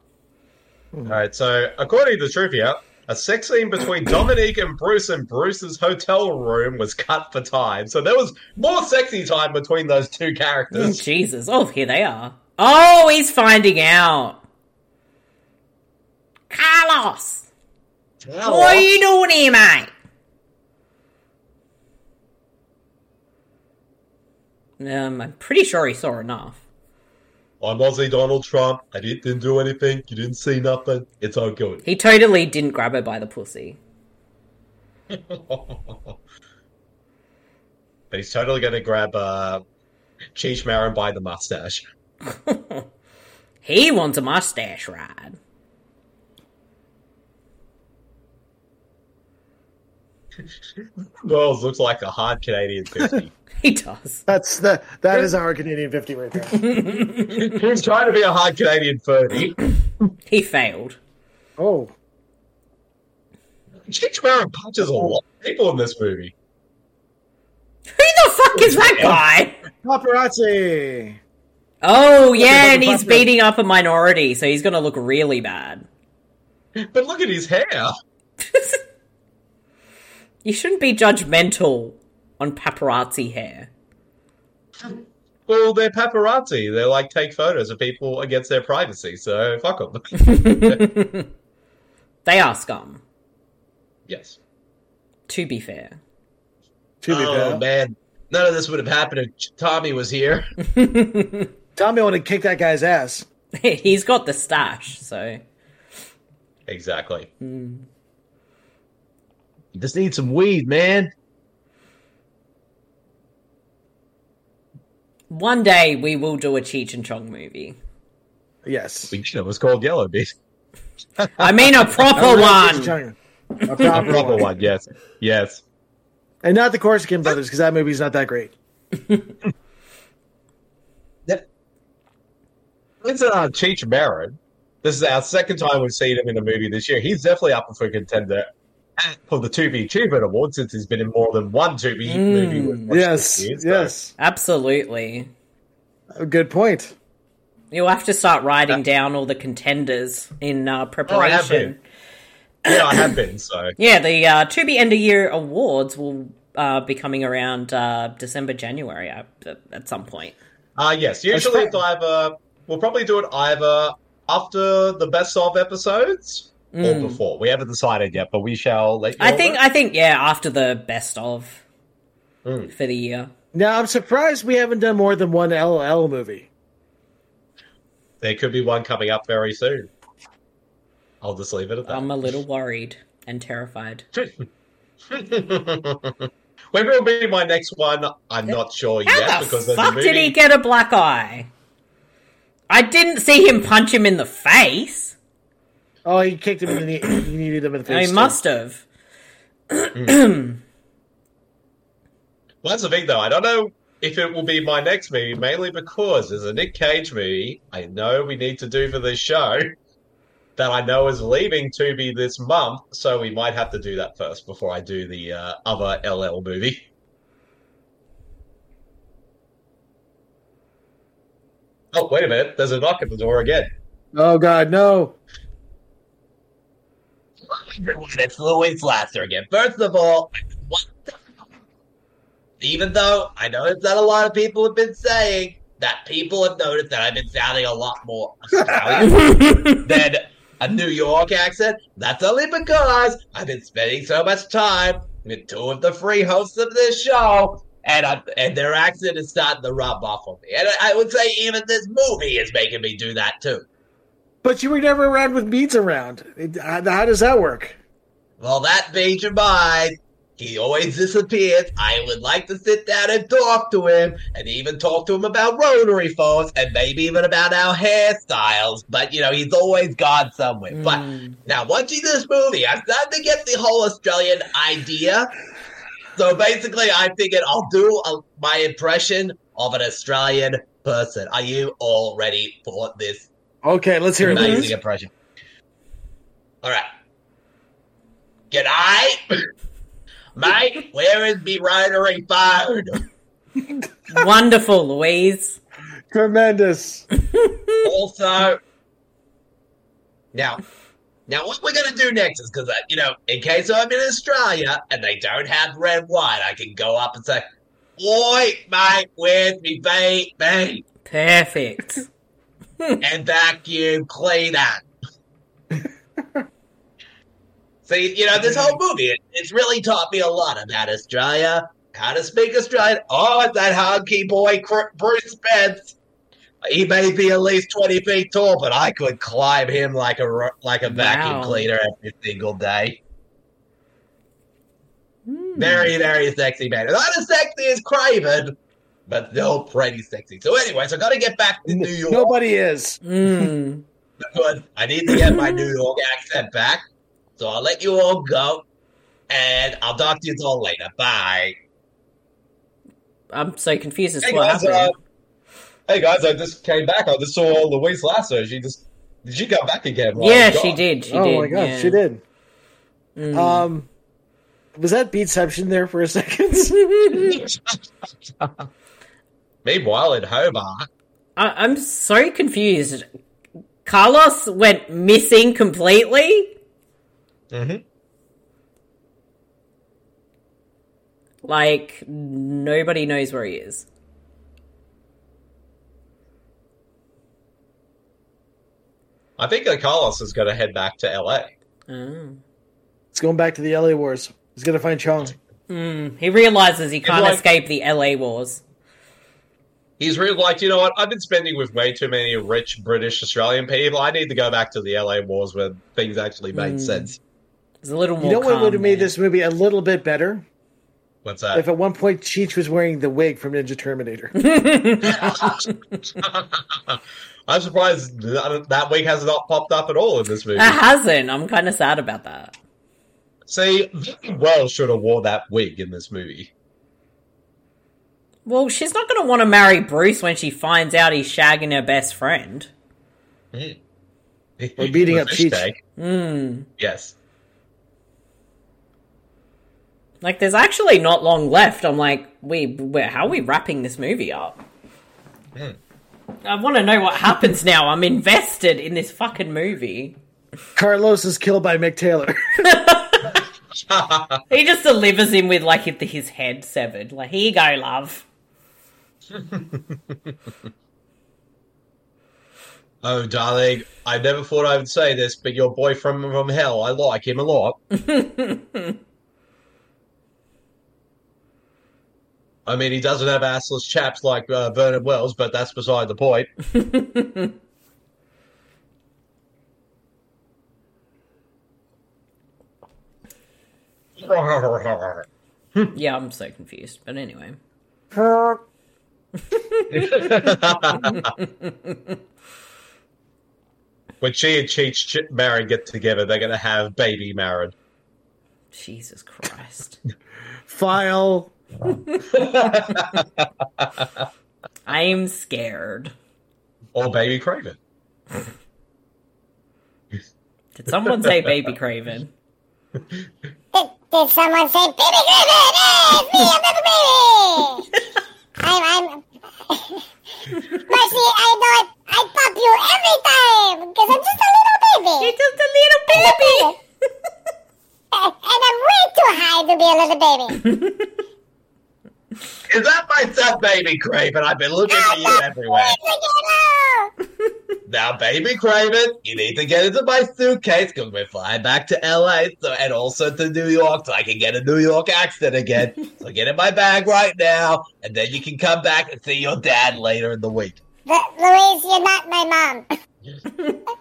B: Alright, so according to trivia, a sex scene between Dominique and Bruce in Bruce's hotel room was cut for time. So there was more sexy time between those two characters.
A: Jesus! Oh, here they are. Oh, he's finding out. Carlos. What are you doing here, mate? Um, I'm pretty sure he saw enough.
B: I wasn't Donald Trump. I didn't, didn't do anything. You didn't see nothing. It's all good.
A: He totally didn't grab her by the pussy.
B: *laughs* But he's totally going to grab uh, Cheech Marin by the mustache.
A: He wants a mustache ride.
B: Wells looks like a hard Canadian 50.
A: *laughs* He does.
D: That's the that is our Canadian fifty right there.
B: he's trying to be a hard Canadian 30.
A: He failed. *laughs*
D: Oh.
B: Cheech Marin punches a lot of people in this movie.
A: Who the fuck is that guy?
D: Paparazzi.
A: Oh yeah,
D: at
A: and
D: the
A: he's
D: background.
A: beating up a minority, so he's gonna look really bad.
B: But look at his hair.
A: You shouldn't be judgmental on paparazzi hair.
B: Well, they're paparazzi. They like take photos of people against their privacy, so fuck them.
A: They are scum.
B: yes.
A: To be fair. *laughs*
D: To be
B: Oh,
D: fair.
B: man. None of this would have happened if Tommy was here.
D: Tommy wanted to kick that guy's ass.
A: he's got the stash, so
B: Exactly. You just need some weed, man.
A: One day we will do a Cheech and Chong
B: *laughs*
A: movie.
D: Yes.
B: We should. It was called Yellow Beast.
A: I mean a proper one.
D: A proper
B: Proper
D: one.
B: one, yes. Yes.
D: And not the Corsican Brothers, because that movie's not that great.
B: It's uh, Cheech Marin. This is our second time we've seen him in a movie this year. He's definitely up for a contender at- for the 2B Achievement Award since he's been in more than one 2B movie. we've watched
D: Yes.
B: this year, so-
D: Yes.
A: Absolutely.
D: A Good point.
A: You'll have to start writing down all the contenders in uh,
B: Oh, I have
A: preparation.
B: been. Yeah, I have been, so.
A: yeah, the uh, To Be End of Year awards will uh, be coming around uh, December, January uh, at some point.
B: Uh, yes, usually it's either. We'll probably do it either after the best of episodes or before. We haven't decided yet, but we shall let you
A: I
B: all
A: think.
B: know.
A: I think. Yeah, after the best of
B: Mm.
A: for the year.
D: Now I'm surprised we haven't done more than one LL movie.
B: There could be one coming up very soon. I'll just leave it at that.
A: I'm a little worried and terrified.
B: *laughs* when will be my next one? I'm not sure
A: How
B: yet
A: the
B: because there's a
A: fuck
B: movie.
A: did he get a black eye? I didn't see him punch him in the face.
D: Oh, he kicked him in the knee. He needed him in the face.
A: he
D: too.
A: must have. *laughs*
B: Well, that's the thing, though. I don't know if it will be my next movie, mainly because there's a Nick Cage movie I know we need to do for this show that I know is leaving to be this month, so we might have to do that first before I do the uh, other LL movie. Oh, wait a minute. There's a knock at the door again.
D: Oh God, no.
B: It's Louis Lasser again. First of all, what the- even though I know it's not a lot of people have been saying, that people have noticed that I've been sounding a lot more Australian than a New York accent. That's only because I've been spending so much time with two of the free hosts of this show, and I, and their accent is starting to rub off on me. And I, I would say even this movie is making me do that too.
D: But you were never around with beads around. It- how, how does that work?
B: Well, that beach of mine, he always disappears. I would like to sit down and talk to him and even talk to him about rotary phones and maybe even about our hairstyles. But, you know, he's always gone somewhere. But now, watching this movie, I'm starting to get the whole Australian idea. So basically, I'm thinking I'll do a, my impression of an Australian person. Are you all ready for this
D: Okay, let's hear it.
B: Amazing impression. All right. G'day. Mate, where is me rotary phone?
A: Wonderful, Louise.
D: Tremendous.
B: Also, now, now what we're going to do next is because, uh, you know, in case I'm in Australia and they don't have red wine, I can go up and say, Oi, mate, where's me baby?
A: Perfect.
B: and vacuum cleaner. so you, you know this whole movie, it, it's really taught me a lot about Australia, how to speak Australian. Oh, it's that hunky boy Cr- Bruce Spence. He may be at least twenty feet tall, but I could climb him like a ro- like a vacuum
A: Wow.
B: cleaner every single day. Very, very sexy man. Not as sexy as Craven, but still pretty sexy. So, anyways, I got to get back to New York.
D: Nobody is.
A: Mm.
B: Good. I need to get my New York accent back. So I'll let you all go. And I'll talk to you all later. Bye.
A: I'm so confused as to
B: Hey
A: what
B: guys,
A: happened.
B: uh, hey guys, I just came back. I just saw Louise Lasso. She just did she come back again? Oh,
A: yeah,
B: God.
A: she did. She
D: oh
A: did.
D: my god,
A: yeah. Mm.
D: she did. Um, was that Beatception there for a *laughs* second?
B: Meanwhile, in Hobart,
A: *laughs* I- I'm so confused. Carlos went missing completely.
B: Mhm.
A: Like nobody knows where he is.
B: I think that Carlos is going to head back to LA.
A: Oh.
D: it's going back to the LA Wars. He's gonna find Chong.
A: He realizes he can't
B: like-
A: escape the LA wars.
B: He's really like, you know what? I've been spending with way too many rich British Australian people. I need to go back to the LA wars where things actually
A: Hmm.
B: made sense.
A: It's a little more.
D: You know what
A: calm
D: would have made
A: there.
D: this movie a little bit better?
B: What's that?
D: If at one point Cheech was wearing the wig from
A: *laughs*
D: Ninja Terminator.
B: I'm surprised th- that week has not popped up at all in this movie.
A: It hasn't. I'm kind of sad about that.
B: See, Vicky Wells should have wore that wig in this movie.
A: Well, she's not going to want to marry Bruce when she finds out he's shagging her best friend.
B: *laughs* We're
D: beating up Cheech.
B: Yes.
A: Like, there's actually not long left. I'm like, we, we how are we wrapping this movie up? I want to know what happens now. I'm invested in this fucking movie.
D: Carlos is killed by Mick Taylor. *laughs*
A: He just delivers him with like his- his head severed. Like, here you go, love.
B: Oh, darling, I never thought I would say this, but your boy from, from hell, I like him a lot. I mean, he doesn't have assless chaps like uh, Vernon Wells, but that's beside the point. *laughs*
A: Yeah, I'm so confused. But anyway,
B: when she and Cheech Ch- Marin get together, they're going to have baby Marin.
A: Jesus Christ,
D: File.
A: I'm scared.
B: Or baby Craven.
A: Did someone say baby Craven?
G: Did, did someone say Baby Griffin? Hey, it's me, I'm Little
A: *laughs*
G: Baby! I'm, I'm... *laughs* Mercy, I know it. I pop you every time! Because I'm just a little baby!
A: It's just a little baby. *laughs* *laughs*
G: baby! and I'm way too high to be a little baby.
B: Is that my son, baby Craven? I've been looking for you everywhere.
G: Look at him.
B: Now, baby Craven, you need to get into my suitcase because we're flying back to LA so, and also to New York so I can get a New York accent again. so get in my bag right now, and then you can come back and see your dad later in the week.
G: But, Louise, you're not my
A: *laughs*
G: mom.
B: First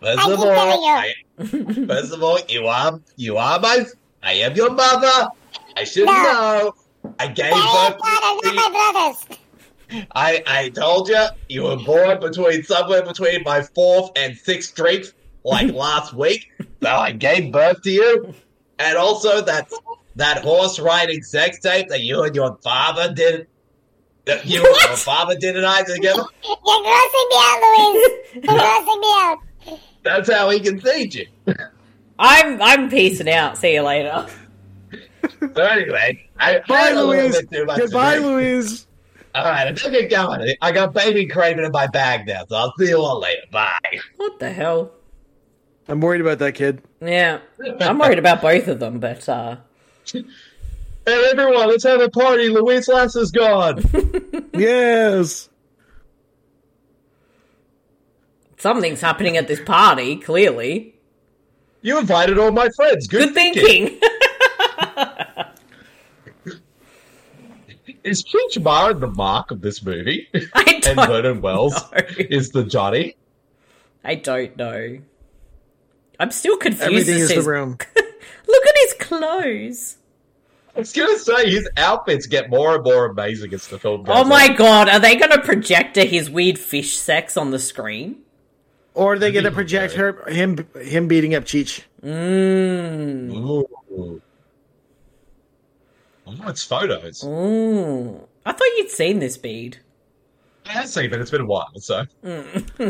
G: I
B: of
G: keep
B: all, I,
G: telling
B: first of all, you are you are my I am your mother. I should
G: No.
B: know. I gave
G: Daddy and
B: birth.
G: God are not my brothers.
B: I I told you you were born between somewhere between my fourth and sixth drink, *laughs* like last week. So I gave birth to you, and also that that horse riding sex tape that you and your father did. That you and your
A: What?
B: father did and I did together.
G: You're grossing me out, Louise.
A: *laughs*
G: You're grossing me out.
B: That's how he conceived you.
A: I'm I'm peacing out. See you later.
B: So anyway, I,
D: Bye,
B: I had a little
D: Louise.
B: bit too much to
D: Goodbye,
B: drink.
D: Louise.
B: All right, I'm gonna get going. I got baby craving in my bag now, so I'll see you all later. Bye.
A: What the hell?
D: I'm worried about that kid.
A: Yeah, I'm worried about both of them, but uh,
B: Hey, everyone, let's have a party. Luis Lass is gone.
D: Yes.
A: something's happening at this party. Clearly,
B: you invited all my friends.
A: good
B: Good,
A: thinking. *laughs*
B: Is Peach Mara the mark of this movie?
A: *laughs* I
B: and
A: don't.
B: Vernon Wells
A: know.
B: is the Johnny.
A: I don't know. I'm still confused.
D: Everything
A: as
D: is the
A: his-
D: room.
A: *laughs* Look at his clothes.
B: I was gonna say his outfits get more and more amazing as the film goes
A: Oh my
B: on.
A: god, are they going to projector his weird fish sex on the screen?
D: Or are they going to project her, him, him beating up Cheech?
A: Mmm.
B: Ooh. Oh, it's photos.
A: Ooh. Hmm. I thought you'd seen this bead. *laughs*
B: I have seen, but it's been a while, so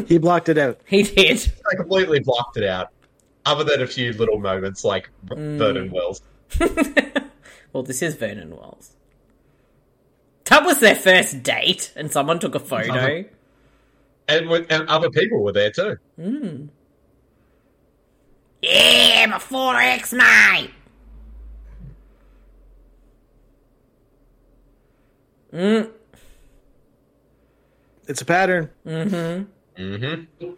D: He blocked it out.
A: He did. *laughs*
B: I completely blocked it out. Other than a few little moments like
A: Mm.
B: Vernon Wells.
A: well, this is Vernon Wells. That was their first date, and someone took a photo.
B: And, with, and other people were there too.
A: Yeah, my 4X, mate!
D: It's a pattern.
B: Mm-hmm.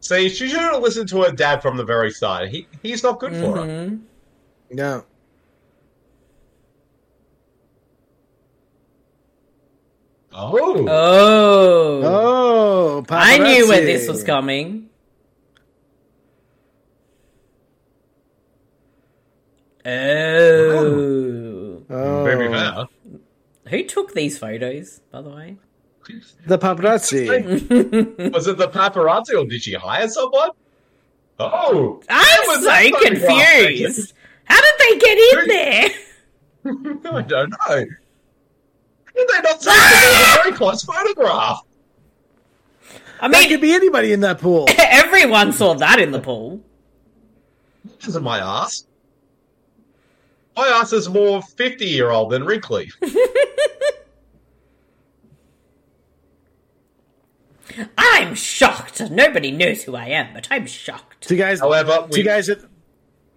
B: See, she should have listened to her dad from the very start. He he's not good for her.
D: No.
A: Mm-hmm. Oh.
B: Oh,
D: Oh,
A: I knew where
D: paparazzi.
A: this was coming. Oh.
D: Oh.
B: very fair.
A: Who took these photos, by the way? *laughs*
D: The paparazzi.
B: Was it the paparazzi or did she hire someone? Oh,
A: I'm
B: was
A: so
B: that photograph taken?
A: confused. How did they get in there?
B: I don't know. How Did they not say it was
A: *laughs*
B: a very close photograph?
A: I
D: There could
A: mean,
D: be anybody in that pool.
A: *laughs* everyone saw that in the pool.
B: This isn't my ass. My ass is more fifty-year-old than Wrigley.
A: I'm shocked. Nobody knows who I am, but I'm shocked.
D: Two guys.
B: However,
D: two
B: we,
D: guys. At,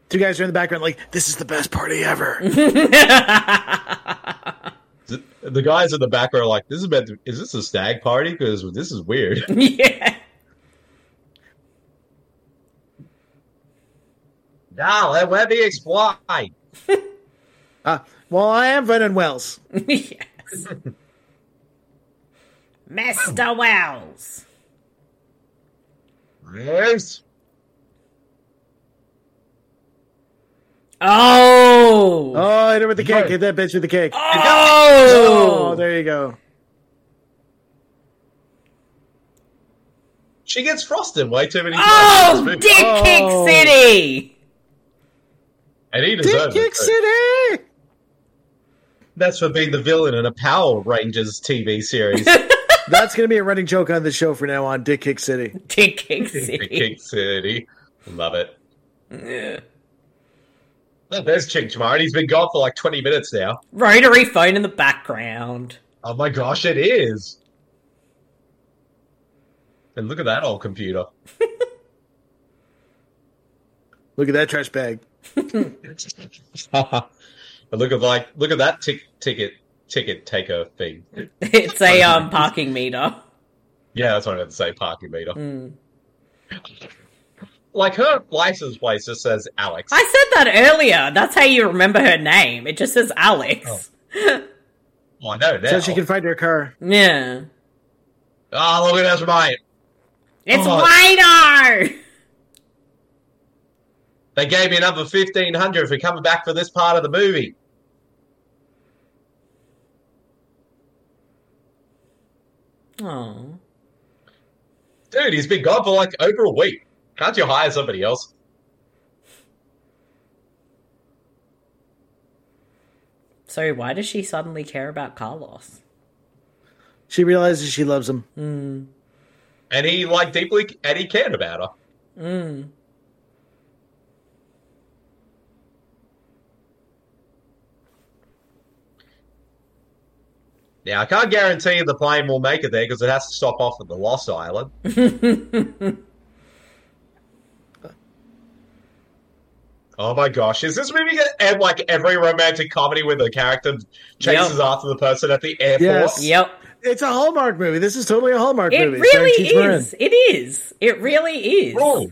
D: two guys are in the background, like this is the best party ever.
B: the guys in the back are like, "This is about to, is this a stag party? Because this
A: *laughs*
B: is weird."
A: yeah.
B: No, let, let me explain.
D: Uh, well, I am Vernon Wells.
A: yes. Mr. Wells.
B: Yes.
A: Oh.
D: Oh, hit her with the cake.
B: Right.
D: Hit that bitch with the cake.
A: Oh.
D: Oh, there you go.
B: She gets frosted way too many times. in
A: Oh,
B: this movie.
A: Dick
D: Oh.
A: Kick City.
B: And he
D: Dick
B: deserves it.
D: Kick
B: too.
D: City.
B: That's for being the villain in a Power Rangers TV
D: *laughs*
B: series.
D: That's gonna be a running joke on the show from now on. Dick Kick City.
A: Dick Kick
B: Dick
A: City.
B: Kick City. Love it. Look, There's Chink Tomorrow. and He's been gone for like 20 minutes now.
A: Rotary phone in the background. *laughs*
B: Oh my gosh, it is. And look at that
D: *laughs*
B: old computer.
D: Look at that trash bag.
B: Haha. But look at like look at that tick, ticket ticket taker thing.
A: It's a um, parking meter. Hmm.
B: Yeah, that's what I meant to say. Parking meter.
D: Mm.
B: Like her license plate just says Alex.
A: I said that earlier. That's how you remember her name. It just says Alex.
B: Oh, I know now.
D: So she can find her car.
A: Yeah.
B: Ah, look at this mate.
A: It's
B: Oh.
A: Wino!
B: They gave me another fifteen hundred for coming back for this part of the movie.
A: Oh.
B: Dude, he's been gone for like over a week. Can't you hire somebody else?
A: So why does she suddenly care about Carlos?
D: She realizes she loves him.
B: And he like deeply and he cared about her. Now I can't guarantee the plane will make it there because it has to stop off at the Lost Island. oh my gosh, is this movie gonna end like every romantic comedy where the character chases
A: Yep.
B: after the person at the airport?
D: Yes.
A: Yep.
D: It's a Hallmark movie. This is totally a Hallmark
A: It
D: movie. Sharon
A: really
D: Cheats Marin.
A: is. It is. It really is.
B: Oh,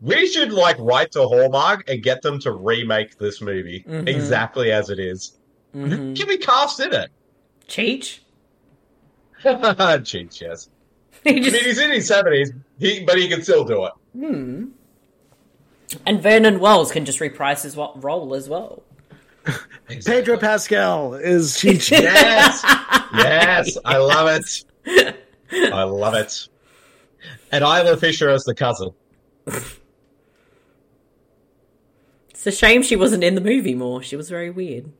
B: we should like write to Hallmark and get them to remake this movie
A: Mm-hmm.
B: exactly as it is. Jimmy Cough's in it. *laughs*
A: Cheech? *laughs*
B: Jeez, yes.
A: He
B: I mean,
A: just,
B: he's in his seventies, he, but he can still do it.
A: and Vernon Wells can just reprise his wa- role as well.
D: Pedro Pascal is
B: *laughs*
D: Cheech.
B: Yes, yes, I love it.
A: *laughs*
B: I love it. And Isla Fisher as the cousin. *laughs*
A: It's a shame she wasn't in the movie more. She was very weird.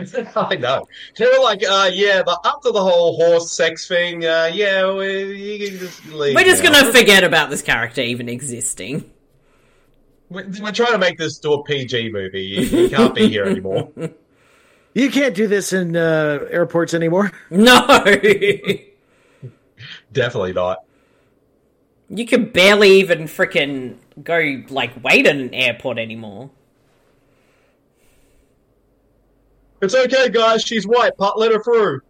B: I know. They were like, uh, yeah, but after the whole horse sex thing, uh, yeah, we, you can just leave.
A: We're just
B: now.
A: gonna forget about this character even existing. *laughs*
B: We're, we're trying to make this to a PG movie. You, you can't be here *laughs* anymore.
D: you can't do this in uh, airports anymore. *laughs*
A: No! *laughs*
B: Definitely not.
A: you can barely even frickin' go, like, wait at an airport anymore.
B: It's okay, guys. She's white. Pot let her through.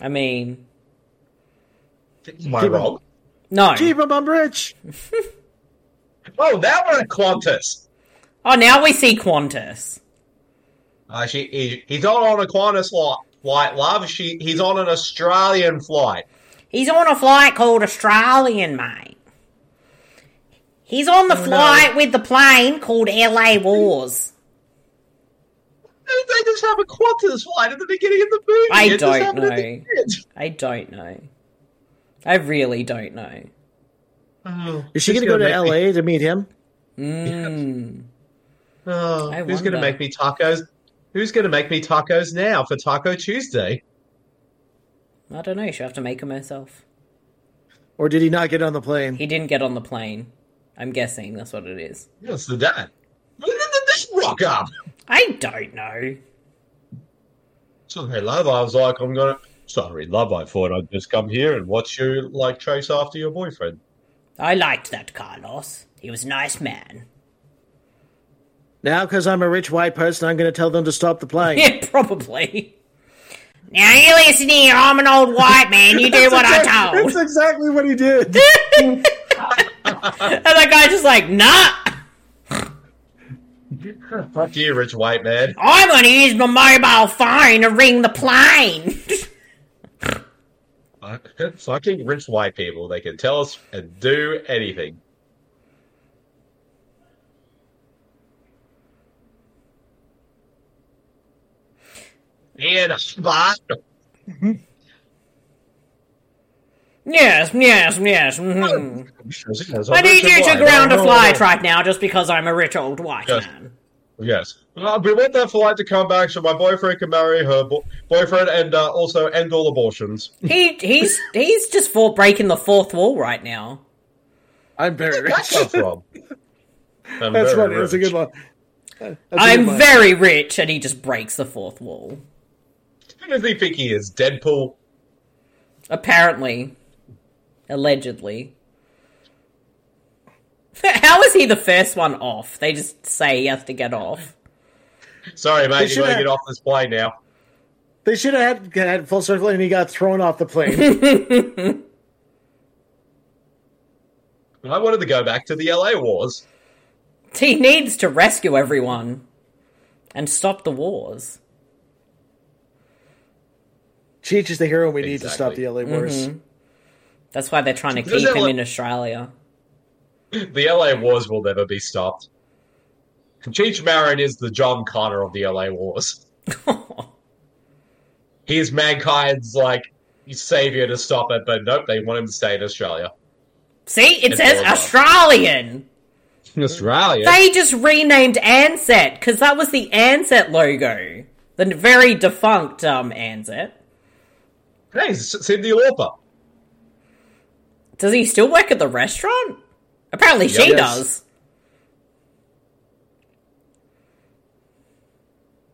A: I mean,
B: Am I wrong?
A: no.
D: Keep him, I'm rich.
B: Oh, now we're at Qantas.
A: Oh, now we see Qantas.
B: Uh, she, he, he's not on a Qantas li- flight, love. She, he's on an Australian flight.
A: He's on a flight called Australian, mate. He's on the flight with the plane called LA Wars.
B: They- They just have a Qantas flight at the beginning of the movie.
A: I
B: It just
A: don't
B: happened at the
A: know.
B: end.
A: I don't know. I really don't know.
B: Oh,
D: Is she
B: this
D: going to go to
B: make me-
D: L.A. to meet him?
A: Mm.
B: oh,
A: I
B: who's going to
A: wonder.
B: make me tacos? Who's going to make me tacos now for Taco Tuesday?
A: I don't know. She'll have to make him herself.
D: Or did he not get on the plane?
A: He didn't get on the plane. I'm guessing that's what it is.
B: Yes, the dad. When did this rock up?
A: I don't know.
B: Sorry, love. I was like, I'm gonna. Sorry, love. I thought I'd just come here and watch you like chase after your boyfriend.
A: I liked that Carlos. He was a nice man. *laughs*
D: Now, because I'm a rich white person, I'm going to tell them to stop the plane.
A: *laughs* Yeah, probably. Now you listen here. I'm an old white man.
D: *laughs*
A: You do what I told.
D: That's exactly what
A: *laughs*
D: he did.
A: And that guy just like, nah,
B: Fuck you, rich white man.
A: I'm gonna use my mobile phone to ring the plane. *laughs*
B: Fuck- *laughs* Fucking rich white people. They can tell us and do anything. In a spot.
A: yes, yes, yes. mhm.
B: I
A: I need you to ground a flight right now just because I'm a rich old white
B: Yes.
A: man.
B: Yes. Uh, we want that flight to come back so my boyfriend can marry her bo- boyfriend and uh, also end all abortions.
A: He he's he's just for breaking the fourth wall right now.
D: I'm very
B: That's
D: rich.
B: come from?
D: *laughs*
B: I'm
D: That's funny.
B: very
D: That's a
B: rich.
D: good one. That's a good
A: I'm
D: one.
A: very rich and he just breaks the fourth wall.
B: Who does he think he is? Deadpool?
A: Apparently. Allegedly. *laughs* How was he the first one off? They just say he has to get off.
B: Sorry, mate, you
D: should
B: gotta
D: have-
B: get off this plane now.
D: They should have had, had full circle and he got thrown off the plane.
B: I wanted to go back to the LA Wars.
A: He needs to rescue everyone and stop the wars.
D: Cheech is the hero we need to
B: Exactly.
D: stop the LA Wars.
A: That's why they're trying to
B: Does
A: keep
B: that
A: him
B: look-
A: in Australia. *laughs*
B: The LA Wars will never be stopped. Cheech Marin is the John Connor of the LA Wars. he is mankind's like savior to stop it, but nope, they want him to stay in Australia.
A: See, it
B: It's
A: says
B: all about-
A: Australian.
B: Australia.
A: They just renamed Ansett because that was the Ansett logo, the very defunct um, Ansett.
B: Hey, S- Cindy Lauper.
A: Does he still work at the restaurant? Apparently, she
B: Yes.
A: does.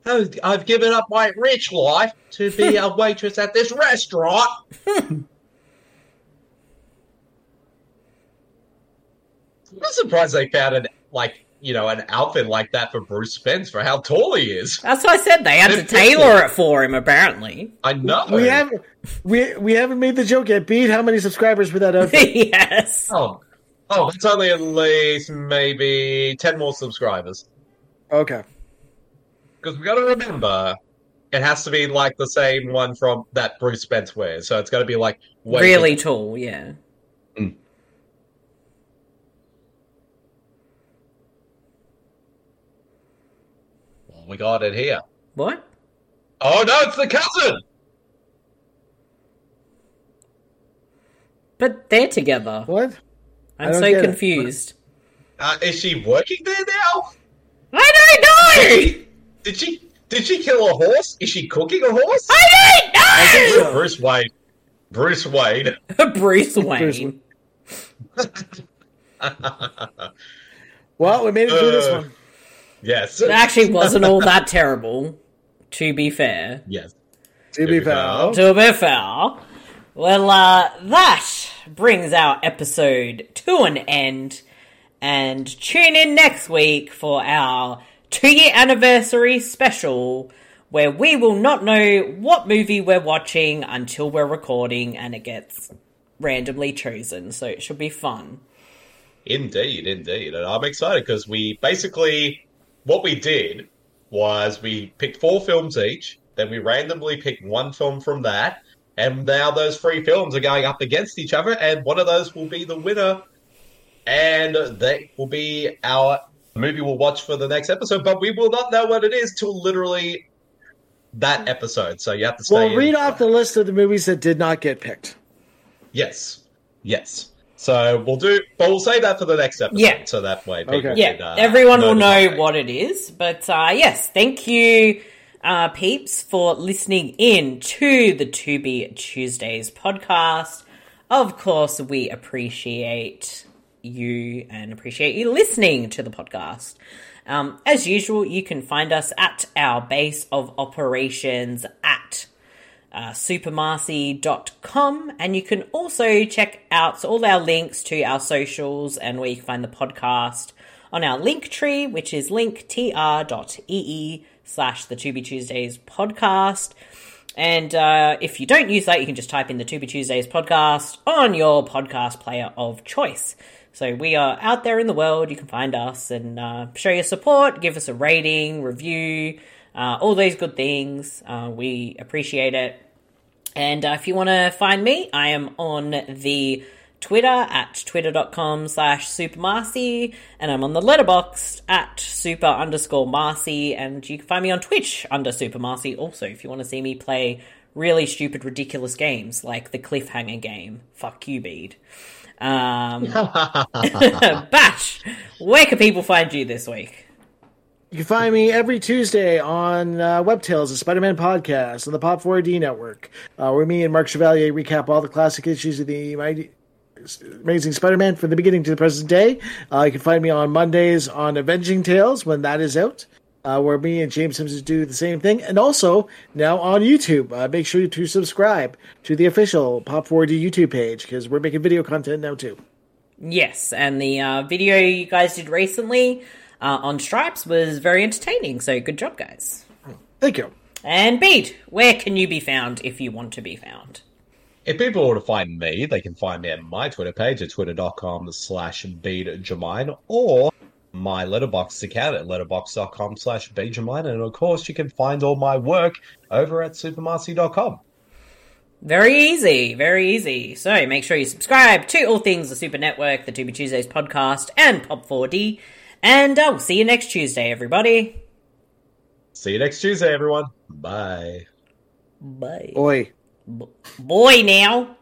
B: Oh, I've given up my rich life to be a waitress at this restaurant. I'm surprised they found an like you know an outfit like that for Bruce Spence for how tall he is.
A: That's why I said they had
B: They're
A: to tailor it for him. Apparently, *laughs*
B: I know.
D: We haven't we we haven't made the joke yet. Beat how many subscribers for that
A: *laughs*
D: outfit?
A: yes.
B: Oh, oh, it's only at least maybe ten more subscribers.
D: Okay.
B: Because we got to remember, it has to be like the same one from that Bruce Spence wears. So it's got to be like way
A: really tall, yeah.
B: bigger. We got it here.
A: What?
B: Oh no, it's the cousin.
A: But they're together.
D: What?
A: I'm
D: don't
A: so
D: get it.
A: confused.
B: Uh, is she working there now?
A: I don't
D: *laughs*
A: know.
B: Did she did she kill a horse? Is she cooking a horse?
A: I don't know.
B: Bruce Wayne. Bruce Wayne.
A: *laughs* Bruce Wayne.
D: Bruce Wayne. Well, we made it through this
B: Uh,
D: one.
B: Yes.
A: It actually
D: *laughs*
A: wasn't all that terrible. To be fair.
B: Yes.
D: To
B: Here
D: be
B: we
D: fair.
B: go.
A: To be fair. Well, uh, that brings our episode to an end. And tune in next week for our two year anniversary special, where we will not know what movie we're watching until we're recording and it gets randomly chosen. So it should be fun.
B: Indeed, indeed. And I'm excited because we basically, what we did was we picked four films each, then we randomly picked one film from that, and now those three films are going up against each other, and one of those will be the winner, and that will be our movie we'll watch for the next episode, but we will not know what it is till literally that episode. So you have to stay.
D: We'll
B: in.
D: read off the list of the movies that did not get picked.
B: Yes. Yes. So we'll do, but we'll save that for the next episode.
A: Yeah.
B: So that way, people
D: Okay.
A: yeah,
B: can, uh,
A: everyone will
B: the
A: know
B: topic.
A: what it is. But uh, yes, thank you, uh, peeps, for listening in to the To Be Tuesdays podcast. Of course, we appreciate you and appreciate you listening to the podcast. Um, as usual, you can find us at our base of operations at uh, supermarcy.com and you can also check out all our links to our socials and where you can find the podcast on our link tree which is linktr.ee slash the to be tuesdays podcast and uh, if you don't use that you can just type in the to be tuesdays podcast on your podcast player of choice so we are out there in the world you can find us and uh, show your support give us a rating review uh, all those good things uh, we appreciate it and uh, if you want to find me, I am on the Twitter at twitter.com slash supermarcy, and I'm on the letterbox at super underscore marcy, and you can find me on Twitch under supermarcy also if you want to see me play really stupid, ridiculous games like the cliffhanger game. Fuck you, Bede. Um, *laughs* Bash, where can people find you this week?
D: You can find me every Tuesday on uh, WebTales, the Spider Man podcast, on the Pop 4D network, uh, where me and Mark Chevalier recap all the classic issues of the mighty. Amazing Spider-Man from the beginning to the present day. Uh, you can find me on Mondays on Avenging Tales when that is out, uh, where me and James Simpson do the same thing, and also now on YouTube. Uh, make sure to subscribe to the official Pop 4D YouTube page because we're making video content now too.
A: Yes, and the uh, video you guys did recently uh, on Stripes was very entertaining. So good job, guys.
D: Thank you.
A: And Bede, where can you be found if you want to be found?
B: If people want to find me, they can find me at my Twitter page at twitter.com slash beadjamine or my letterbox account at letterbox.com slash beadjamine. And of course, you can find all my work over at supermarcy.com.
A: Very easy, very easy. So make sure you subscribe to all things the Super Network, the To Be Tuesdays podcast, and Pop4D. And I'll see you next Tuesday, everybody.
B: See you next Tuesday, everyone. Bye.
A: Bye.
D: Oi.
A: Boy, now.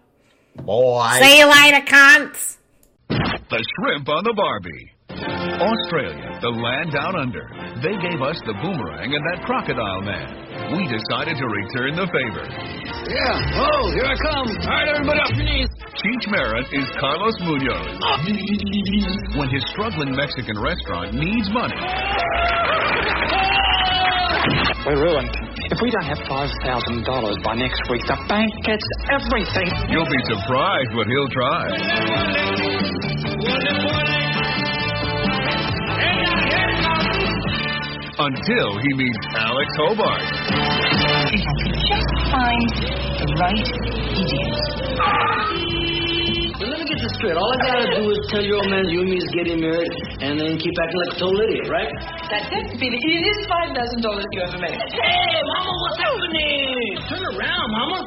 B: Bye.
A: See you later, cunts.
H: The shrimp on the Barbie. Australia, the land down under. They gave us the boomerang and that crocodile man. We decided to return the favor.
I: Yeah. Oh, here I come. All right, everybody off your knees.
H: Cheech Marin is Carlos Munoz. When his struggling Mexican restaurant needs money,
J: We're ruined. If we don't have $5,000 by next week, the bank gets everything.
H: you'll be surprised what he'll try. until he meets Alex Hobart.
K: If I could just find the right idiot.
I: Let me get this straight. All I gotta do is tell your old man you and me is getting married, and then keep acting like a total idiot, right?
K: That's it, Billy. It is five thousand dollars you ever made.
I: Hey, Mama, what's happening? Turn around, Mama.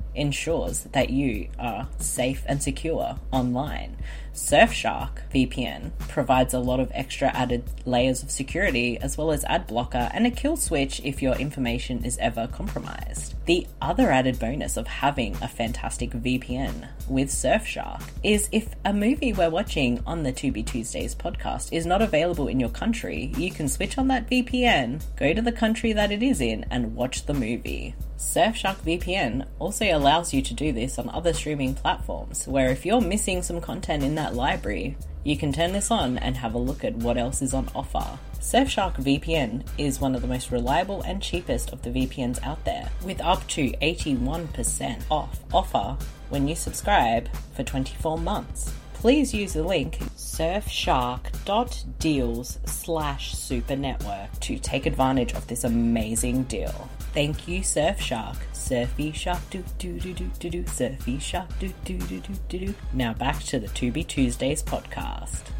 A: ensures that you are safe and secure online. Surfshark VPN provides a lot of extra added layers of security, as well as ad blocker and a kill switch if your information is ever compromised. The other added bonus of having a fantastic VPN with Surfshark is if a movie we're watching on the To Be Tuesdays podcast is not available in your country, you can switch on that VPN, go to the country that it is in, and watch the movie. Surfshark VPN also allows you to do this on other streaming platforms, where if you're missing some content in that library, you can turn this on and have a look at what else is on offer. Surfshark VPN is one of the most reliable and cheapest of the VPNs out there, with up to 81% off offer when you subscribe for 24 months. Please use the link surfshark.deals slash supernetwork to take advantage of this amazing deal. Thank you, Surfshark. Surfy shark do do do do do do. Surfy shark do do do do do do. Now back to the To Be Tuesdays podcast.